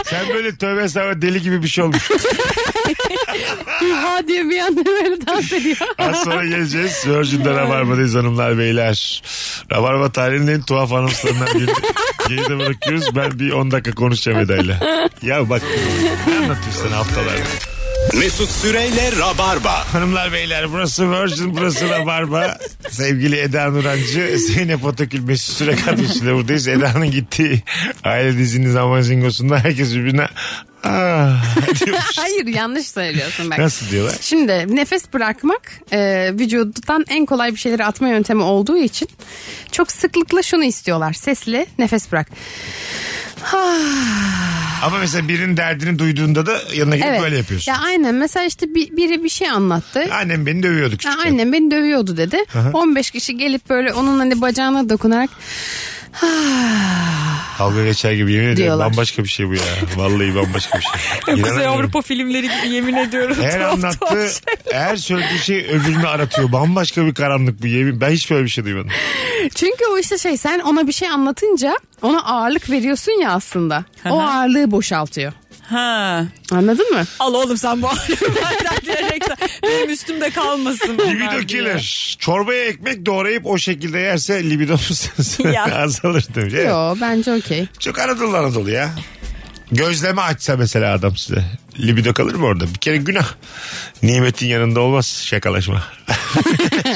C: Sen böyle tövbe sana deli gibi bir şey olmuş.
D: İha diye bir anda böyle
C: [laughs]
D: dans ediyor.
C: Az sonra geleceğiz. Virgin'de Rabarba'dayız hanımlar beyler. Rabarba tarihinin en tuhaf anımslarından biri. Geride bırakıyoruz. Ben bir 10 dakika konuşacağım Eda'yla. Ya bak ne anlatayım sana haftalarda.
B: Mesut Süreyle Rabarba.
C: Hanımlar beyler burası Virgin burası Rabarba. Sevgili Eda Nurancı, Zeynep Atakül Mesut Süre kadrosuyla buradayız. Eda'nın gittiği aile dizinin Zamazingosu'nda herkes birbirine ah diyormuş.
D: Hayır yanlış söylüyorsun bak.
C: Nasıl diyorlar?
D: Şimdi nefes bırakmak e, vücuttan en kolay bir şeyleri atma yöntemi olduğu için çok sıklıkla şunu istiyorlar. Sesli nefes bırak.
C: Ama mesela birinin derdini duyduğunda da yanına gidip
D: Evet.
C: böyle yapıyorsun.
D: Ya aynen mesela işte bir- biri bir şey anlattı.
C: Annem beni dövüyordu
D: Ya
C: küçükken.
D: annem beni dövüyordu dedi. 15 kişi gelip böyle onun hani bacağına dokunarak
C: Kavga geçer gibi yemin ediyorum.
D: Diyorlar.
C: Bambaşka bir şey bu ya. Vallahi bambaşka bir şey.
E: Kuzey
C: İnanamıyorum.
E: Avrupa filmleri gibi yemin ediyorum.
C: Her
E: Tuhaf tuhaf
C: anlattığı,
E: şey.
C: her söylediği şey öbürünü aratıyor. Bambaşka bir karanlık bu yemin. Ben hiç böyle bir şey duymadım.
D: Çünkü o işte şey sen ona bir şey anlatınca ona ağırlık veriyorsun ya aslında. o ağırlığı boşaltıyor.
E: Ha.
D: Anladın mı?
E: Al oğlum sen bu ağrıyı benden diyerekten benim üstümde kalmasın. bunlar
C: Libido
E: diye.
C: killer. Çorbaya ekmek doğrayıp o şekilde yerse libidomuz [laughs]
E: [laughs] Ya.
C: azalır demiş. Evet.
D: Yo bence okey.
C: Çok Anadolu Anadolu ya. Gözleme açsa mesela adam size. Libido kalır mı orada? Bir kere günah. Nimetin yanında olmaz şakalaşma.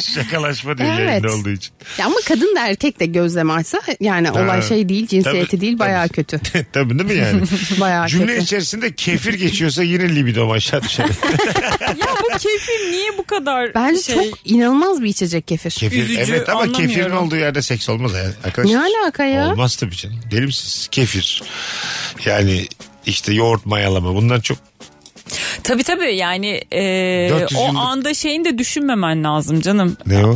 C: [laughs] şakalaşma diye
D: Evet.
C: yayında olduğu için.
D: Ya ama kadın da erkek de gözleme açsa yani olay
C: Ha.
D: şey değil cinsiyeti
C: Tabii,
D: değil bayağı
C: tabii.
D: kötü.
C: [laughs] E, Tabii değil mi
D: [laughs]
C: yani?
D: Bayağı
C: Cümle
D: kötü.
C: içerisinde kefir geçiyorsa yine libidom aşağı düşer.
D: [laughs]
E: Ya bu kefir niye bu kadar
D: Bence
E: şey?
D: çok inanılmaz bir içecek kefir.
C: kefir.
E: Üzücü,
C: evet ama
E: anlamıyorum.
C: kefirin olduğu yerde seks olmaz ya arkadaşlar.
D: Ne alaka ya?
C: Olmaz tabii canım. Deli misiniz? Kefir. Yani işte yoğurt mayalama bunlar çok
E: Tabii tabii yani e,
C: 400
E: o
C: yıllık-
E: anda şeyini de düşünmemen lazım canım.
C: Ne o?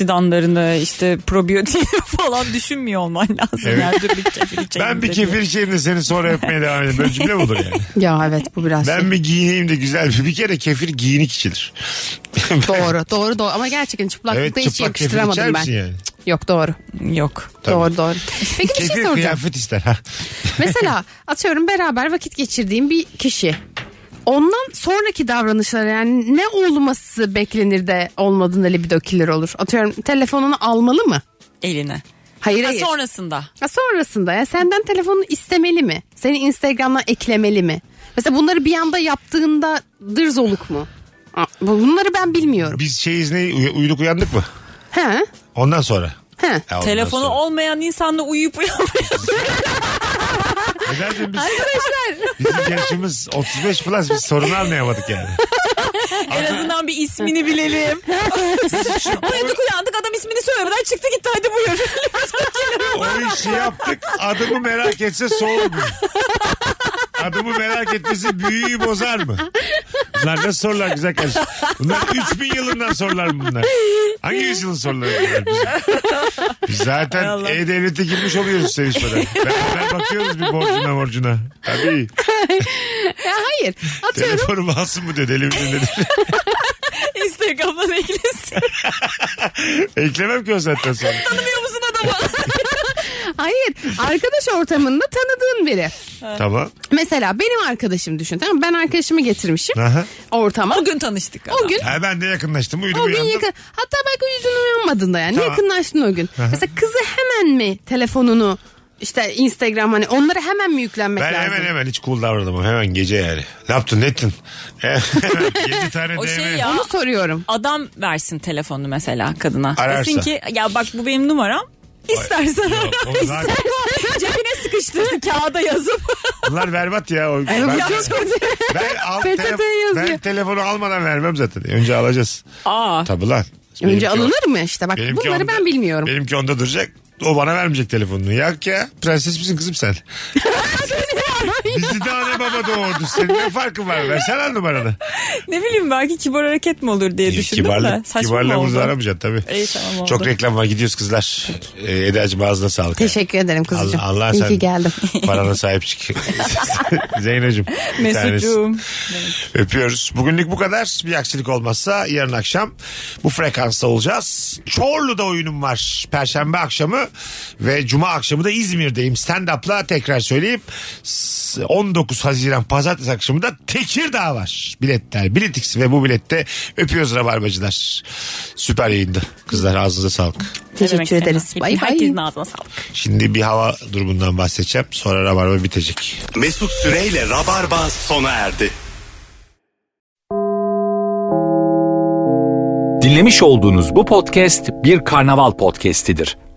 E: Antioksidanlarını işte probiyotiği [laughs] falan düşünmüyor olman lazım.
C: Evet.
E: Yani dur bir kefir
C: [laughs]
E: içeyim
C: ben bir
E: de
C: kefir
E: diye.
C: içeyim de seni sonra öpmeye devam edeyim. Böyle cümle budur
D: [laughs]
C: yani.
D: Ya evet bu biraz şey.
C: Ben bir giyineyim de güzel bir. Bir kere kefir giyinik içilir.
D: Doğru doğru doğru ama gerçekten çıplaklıkta
C: Evet,
D: hiç
C: çıplak kefir içer
D: yakıştıramadım ben.
C: misin yani?
D: Yok doğru.
E: Yok.
D: Doğru doğru. Peki bir şey
C: Kefir
D: soracağım.
C: kıyafet ister. Ha. [laughs]
D: Mesela atıyorum beraber vakit geçirdiğim bir kişi. Ondan sonraki davranışları yani ne olması beklenir de olmadığında libido killer olur. Atıyorum telefonunu almalı mı?
E: Eline.
D: Hayır
E: Ha,
D: hayır.
E: sonrasında.
D: Ha, sonrasında ya senden telefonunu istemeli mi? Seni Instagram'dan eklemeli mi? Mesela bunları bir anda yaptığında dırzoluk mu? Aa, Bunları ben bilmiyorum.
C: Biz şeyiz ne uy- uyuduk uyandık mı?
D: He? [laughs]
C: Ondan sonra.
D: He.
C: Ya ondan
E: Telefonu
C: sonra-
E: olmayan insanla uyuyup uyanmıyor.
C: Nedense biz, bizim yaşımız 35 plus biz sorunu anlayamadık yani.
E: en azından bir
C: [laughs]
E: ismini bilelim. Uyandık uyandık adam ismini söylemeden çıktı gitti hadi buyur.
C: O işi şey yaptık. Adımı merak etse soğur mu? Adımı merak etmesi büyüyü bozar mı? Bunlar nasıl sorular güzel kardeşim? Bunlar 3000 yılından sorular mı bunlar? Hangi yüzyılın soruları bunlar bizim? Biz zaten E-Devlet'e girmiş oluyoruz sevişmeden. Beraber bakıyoruz bir borcuna borcuna. Tabii.
D: Ya hayır.
C: [laughs]
D: Atıyorum.
C: Telefonumu alsın mı diyor. Deli misin dedi.
E: [laughs] Instagram'dan eklesin.
C: Eklemem ki o zaten sonra.
E: Tanımıyor musun adamı?
D: Hayır. Arkadaş ortamında tanıdığın biri.
C: tamam.
D: Mesela benim arkadaşım düşün. Tamam mı? Ben arkadaşımı getirmişim
C: Aha.
E: [laughs]
D: ortama.
E: o gün tanıştık.
D: O gün
C: Ha, ben de yakınlaştım. Uyudum
D: o gün
C: uyandım.
D: yakın. Hatta belki o yüzden uyanmadın da yani.
C: Tamam.
D: Yakınlaştın o gün. Mesela kızı hemen mi telefonunu işte Instagram hani onlara hemen mi yüklenmek
C: Ben
D: lazım?
C: hemen hemen hiç cool davranamam. Hemen gece yani. Ne yaptın ne ettin? [laughs] 7 tane
E: O
C: DM.
E: şey ya.
D: Onu soruyorum.
E: Adam versin telefonunu mesela kadına.
C: Ararsa.
E: Desin ki ya bak bu benim numaram. İstersen
C: Yok,
E: ara.
C: o zaten-
E: İstersen cebine sıkıştırsın kağıda yazıp. [laughs]
C: Bunlar berbat ya. O, ben,
D: bu çok kötü.
C: ben, al,
D: PTT
C: tele-
D: yazıyor.
C: ben telefonu almadan vermem zaten. Önce alacağız.
E: Aa.
C: Tabii lan.
D: Önce alınır mı işte bak
C: Benimki
D: bunları
C: onda-
D: ben bilmiyorum.
C: Benimki onda duracak. O bana vermeyecek telefonunu. Yak ya. Prenses misin kızım sen? Bizi de anne baba doğurdu. Senin ne farkın var? Versene lan numaranı.
E: Ne bileyim belki kibar hareket mi olur diye E, düşündüm de.
C: Kibarlık,
E: Saçma mı
C: kibarlığımızı
E: oldu?
C: aramayacaksın tabii.
E: İyi, tamam oldu.
C: Çok reklam var. Gidiyoruz kızlar. Ee, Eda'cığım ağzına sağlık.
D: Teşekkür ederim kuzucuğum.
C: Allah, Allah
D: İyi
C: sen
D: ki geldim.
C: [laughs] parana sahip çık. Zeynacığım. bir tanesi.
E: Mesut'cum.
C: Öpüyoruz. Bugünlük bu kadar. Bir aksilik olmazsa yarın akşam bu frekansta olacağız. Çorlu'da oyunum var. Perşembe akşamı ve Cuma akşamı da İzmir'deyim. Stand-up'la tekrar söyleyeyim. S- 19 Haziran Pazartesi akşamı da Tekirdağ var. Biletler, biletix ve bu bilette öpüyoruz rabarbacılar. Süper yayında. Kızlar ağzınıza sağlık.
E: Ne demek
D: Teşekkür ederiz.
E: Sena?
D: Bay bay.
E: Herkesin ağzına sağlık.
C: Şimdi bir hava durumundan bahsedeceğim. Sonra rabarba bitecek.
B: Mesut Süreyle Rabarba sona erdi.
A: Dinlemiş olduğunuz bu podcast bir karnaval podcastidir.